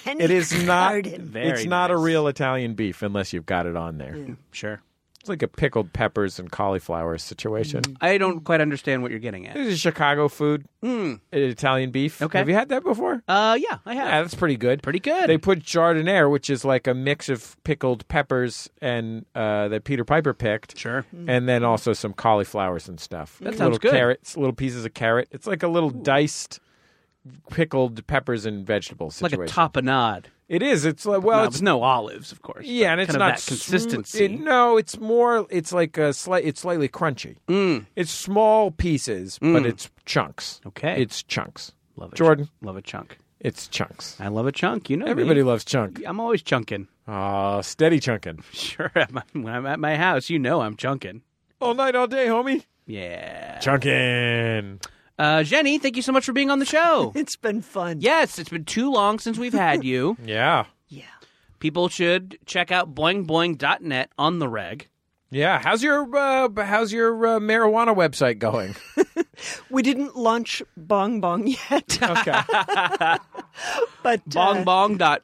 and it is not.
Jardin.
It's
Very
not a
nice.
real Italian beef unless you've got it on there.
Sure.
It's like a pickled peppers and cauliflower situation.
I don't quite understand what you're getting at.
This is Chicago food,
Mm.
Italian beef.
Okay.
Have you had that before?
Uh, yeah, I have.
Yeah, that's pretty good.
Pretty good.
They put jardinere, which is like a mix of pickled peppers and uh, that Peter Piper picked,
sure.
and then also some cauliflowers and stuff.
That sounds
little
good.
Carrots, little pieces of carrot. It's like a little diced pickled peppers and vegetables
Like
situation.
a tapenade.
It is. It's like well,
No,
it's
but no olives, of course.
yeah, and
but
it's
kind of
not
that
sm-
consistency.
it- no, it's more. It's like a slight. It's slightly crunchy.
Mm.
It's small pieces, but
Mm.
it's chunks.
Okay.
it's chunks.
Love a
Jordan.
chunk. Love a chunk.
It's chunks.
I love a chunk. You know, me.
Everybody loves chunk.
I'm always chunking.
Ah, steady chunking.
Sure. When I'm at my house, you know I'm chunking.
All night, all day, homie.
Yeah.
Chunking.
Uh, Jenny, thank you so much for being on the show.
It's been fun.
yes, it's been too long since we've had you.
Yeah.
Yeah.
People should check out boingboing.net on the reg.
Yeah. How's your uh, b- How's your uh, marijuana website going?
We didn't launch Bong Bong yet, uh,
Okay.
but uh,
Bongbong dot.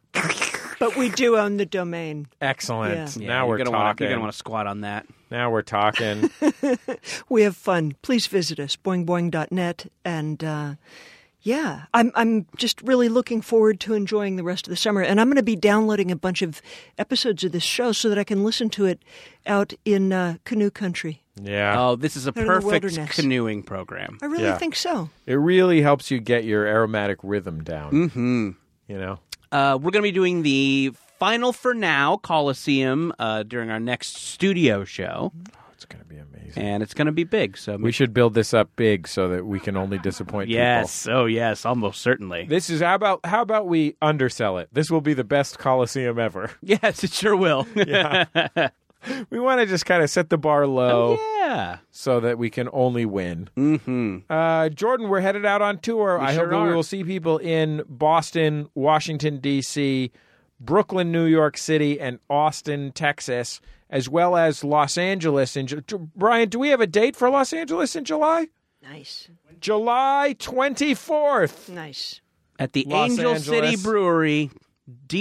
but we do own the domain.
Excellent.
Yeah,
now
you're
we're
gonna
talking.
wanna- you're going to want to squat on that.
Now we're talking.
We have fun. Please visit us, boingboing.net. And uh, yeah, I'm, I'm just really looking forward to enjoying the rest of the summer. And I'm going to be downloading a bunch of episodes of this show so that I can listen to it out in uh, canoe country.
yeah.
Oh, this is a
Out in the
perfect
wilderness.
canoeing program.
I really
Yeah.
think so.
It really helps you get your aromatic rhythm down.
Mm-hmm.
You know.
Uh, we're going to be doing the final for now Coliseum uh, during our next studio show,
Oh, It's going to be amazing.
and it's going to be big. So
We should build this up big so that we can only disappoint
yes, oh yes, almost certainly.
people. This is how about how about we undersell it? This will be the best coliseum ever.
yes, it sure will.
Yeah. we want to just kind of set the bar low
Oh, yeah.
so that we can only win.
Mm-hmm.
Uh, Jordan, we're headed out on tour.
We
I
sure
hope that we
are.
will see people in Boston, Washington, D.C., Brooklyn, New York City, and Austin, Texas, as well as Los Angeles. In Ju- Ju- Brian, do we have a date for Los Angeles in July?
Nice.
July 24th.
Nice.
At the
Los
Angel City
Angeles.
Brewery,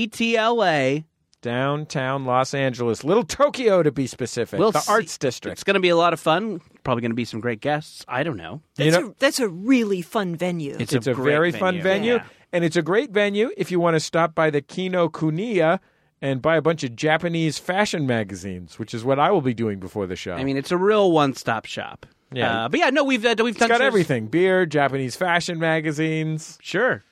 DTLA.
Downtown Los Angeles, Little Tokyo to be specific,
We'll
the
see.
Arts District.
It's going to be a lot of fun. Probably going to be some great guests. I don't know.
You
That's,
know-
a, that's a really fun venue.
It's,
It's a,
great
very fun venue,
Yeah.
and it's a great venue if you want to stop by the Kino Kuniya and buy a bunch of Japanese fashion magazines, which is what I will be doing before the show.
I mean, it's a real one-stop shop.
Yeah.
Uh, but yeah, no, we've uh, we've
it's
done
got
shows-
everything: beer, Japanese fashion magazines.
Sure.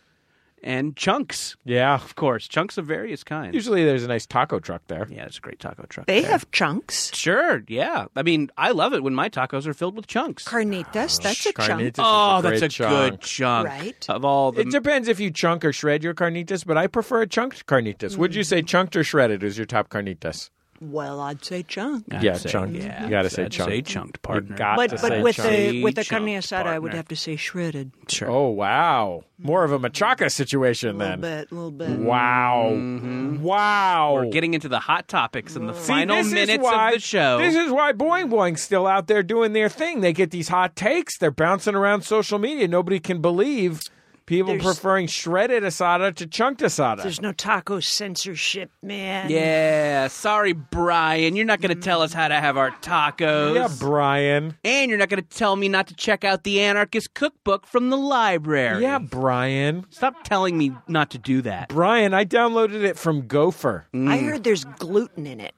And chunks,
Yeah,
of course, chunks of various kinds.
usually there's a nice taco truck there.
Yeah, it's a great taco truck.
They
there.
have chunks.
Sure, yeah. I mean, I love it when my tacos are filled with chunks.
Carnitas, that's a chunk.
Carnitas
oh,
is a
that's a
great chunk.
good chunk.
Right?
Of all the
It depends if you chunk
Mm.
or shred your carnitas, but I prefer a chunked carnitas. Would you say chunked or shredded is your top carnitas?
Well, I'd say chunk.
yeah, chunk. you gotta say
I'd
chunk.
say chunked, partner.
You got
but
to
but
say
with
chunk.
the with the
Say
carne asada, I would
partner.
have to say shredded.
Oh wow, more of a machaca situation
A little
then.
bit, a little bit.
Wow, wow.
Mm-hmm. Oh. We're getting into the hot topics in the
Oh. See,
final
this is
minutes
why-
of the show.
This is why Boing Boing's still out there doing their thing. They get these hot takes. They're bouncing around social media. Nobody can believe people
There's-
preferring shredded asada to chunked asada.
There's no taco censorship, man.
yeah, sorry, Brian. You're not going
Mm.
to tell us how to have our tacos.
yeah, Brian.
and you're not going to tell me not to check out the anarchist cookbook from the library.
Yeah, Brian.
Stop telling me not to do that.
Brian, I downloaded it from Gopher.
Mm.
I heard there's gluten in it.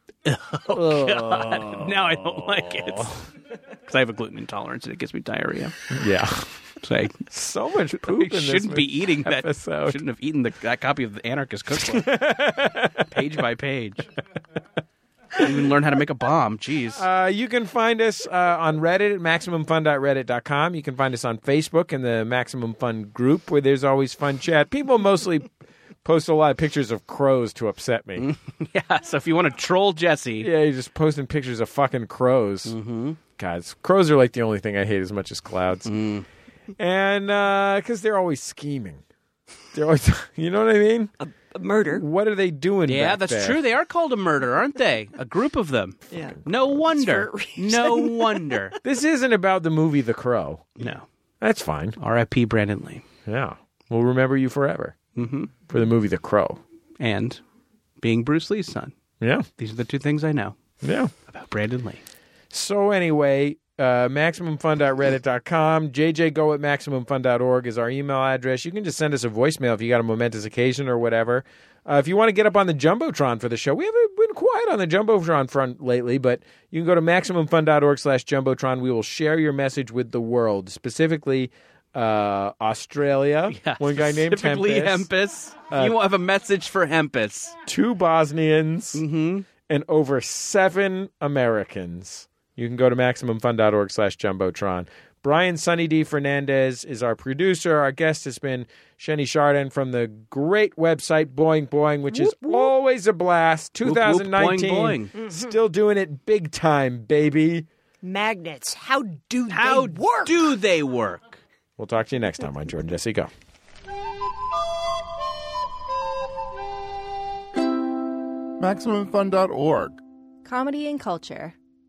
Oh, God. Now I don't like it. Because I have a gluten intolerance and it gives me diarrhea.
Yeah.
So I,
So much
I
poop in this
shouldn't be eating that.
episode.
Shouldn't have eaten the, that copy of the Anarchist Cookbook. page by page. Didn't even learn how to make a bomb. Jeez.
Uh, you can find us uh, on Reddit at maximumfun.reddit.com. You can find us on Facebook in the Maximum Fun group where there's always fun chat. People mostly post a lot of pictures of crows to upset
Mm-hmm.
me.
yeah. So if you want to troll Jesse,
yeah, you're just posting pictures of fucking crows. Mm-hmm. God, it's- crows are like the only thing I hate as much as clouds.
Mm.
And because they're always scheming. They're always, you know what I mean?
murder.
What are they doing?
Yeah,
back
that's
there?
true. They are called a murder, aren't they? A group of them.
Yeah.
No wonder. No wonder.
This isn't about the movie The Crow.
No.
That's fine.
R.I.P. Brandon Lee.
Yeah. We'll remember you forever
Mm-hmm.
for the movie The Crow.
And being Bruce Lee's son.
Yeah.
These are the two things I know
Yeah.
about Brandon Lee.
So anyway, uh, maximumfun.reddit.com, jjgo at maximumfun.org is our email address. You can just send us a voicemail if you got a momentous occasion or whatever. Uh, if you want to get up on the jumbotron for the show, we haven't been quiet on the jumbotron front lately, but you can go to maximumfun.org slash jumbotron. We will share your message with the world, specifically uh, Australia. One guy named
Specifically
Tempest,
Hempus.
Uh,
you have a message for Hempus.
two Bosnians,
Mm-hmm.
and over seven Americans. You can go to MaximumFun.org slash Jumbotron. Brian Sunny D. Fernandez is our producer. Our guest has been Shenny Chardin from the great website Boing Boing, which is always a blast.
whoop, boing,
2019.
boing. Mm-hmm.
Still doing it big time, baby.
Magnets. How do
How
they work?
do they work?
We'll talk to you next time on Jordan Jesse Go.
MaximumFun.org.
Comedy and culture.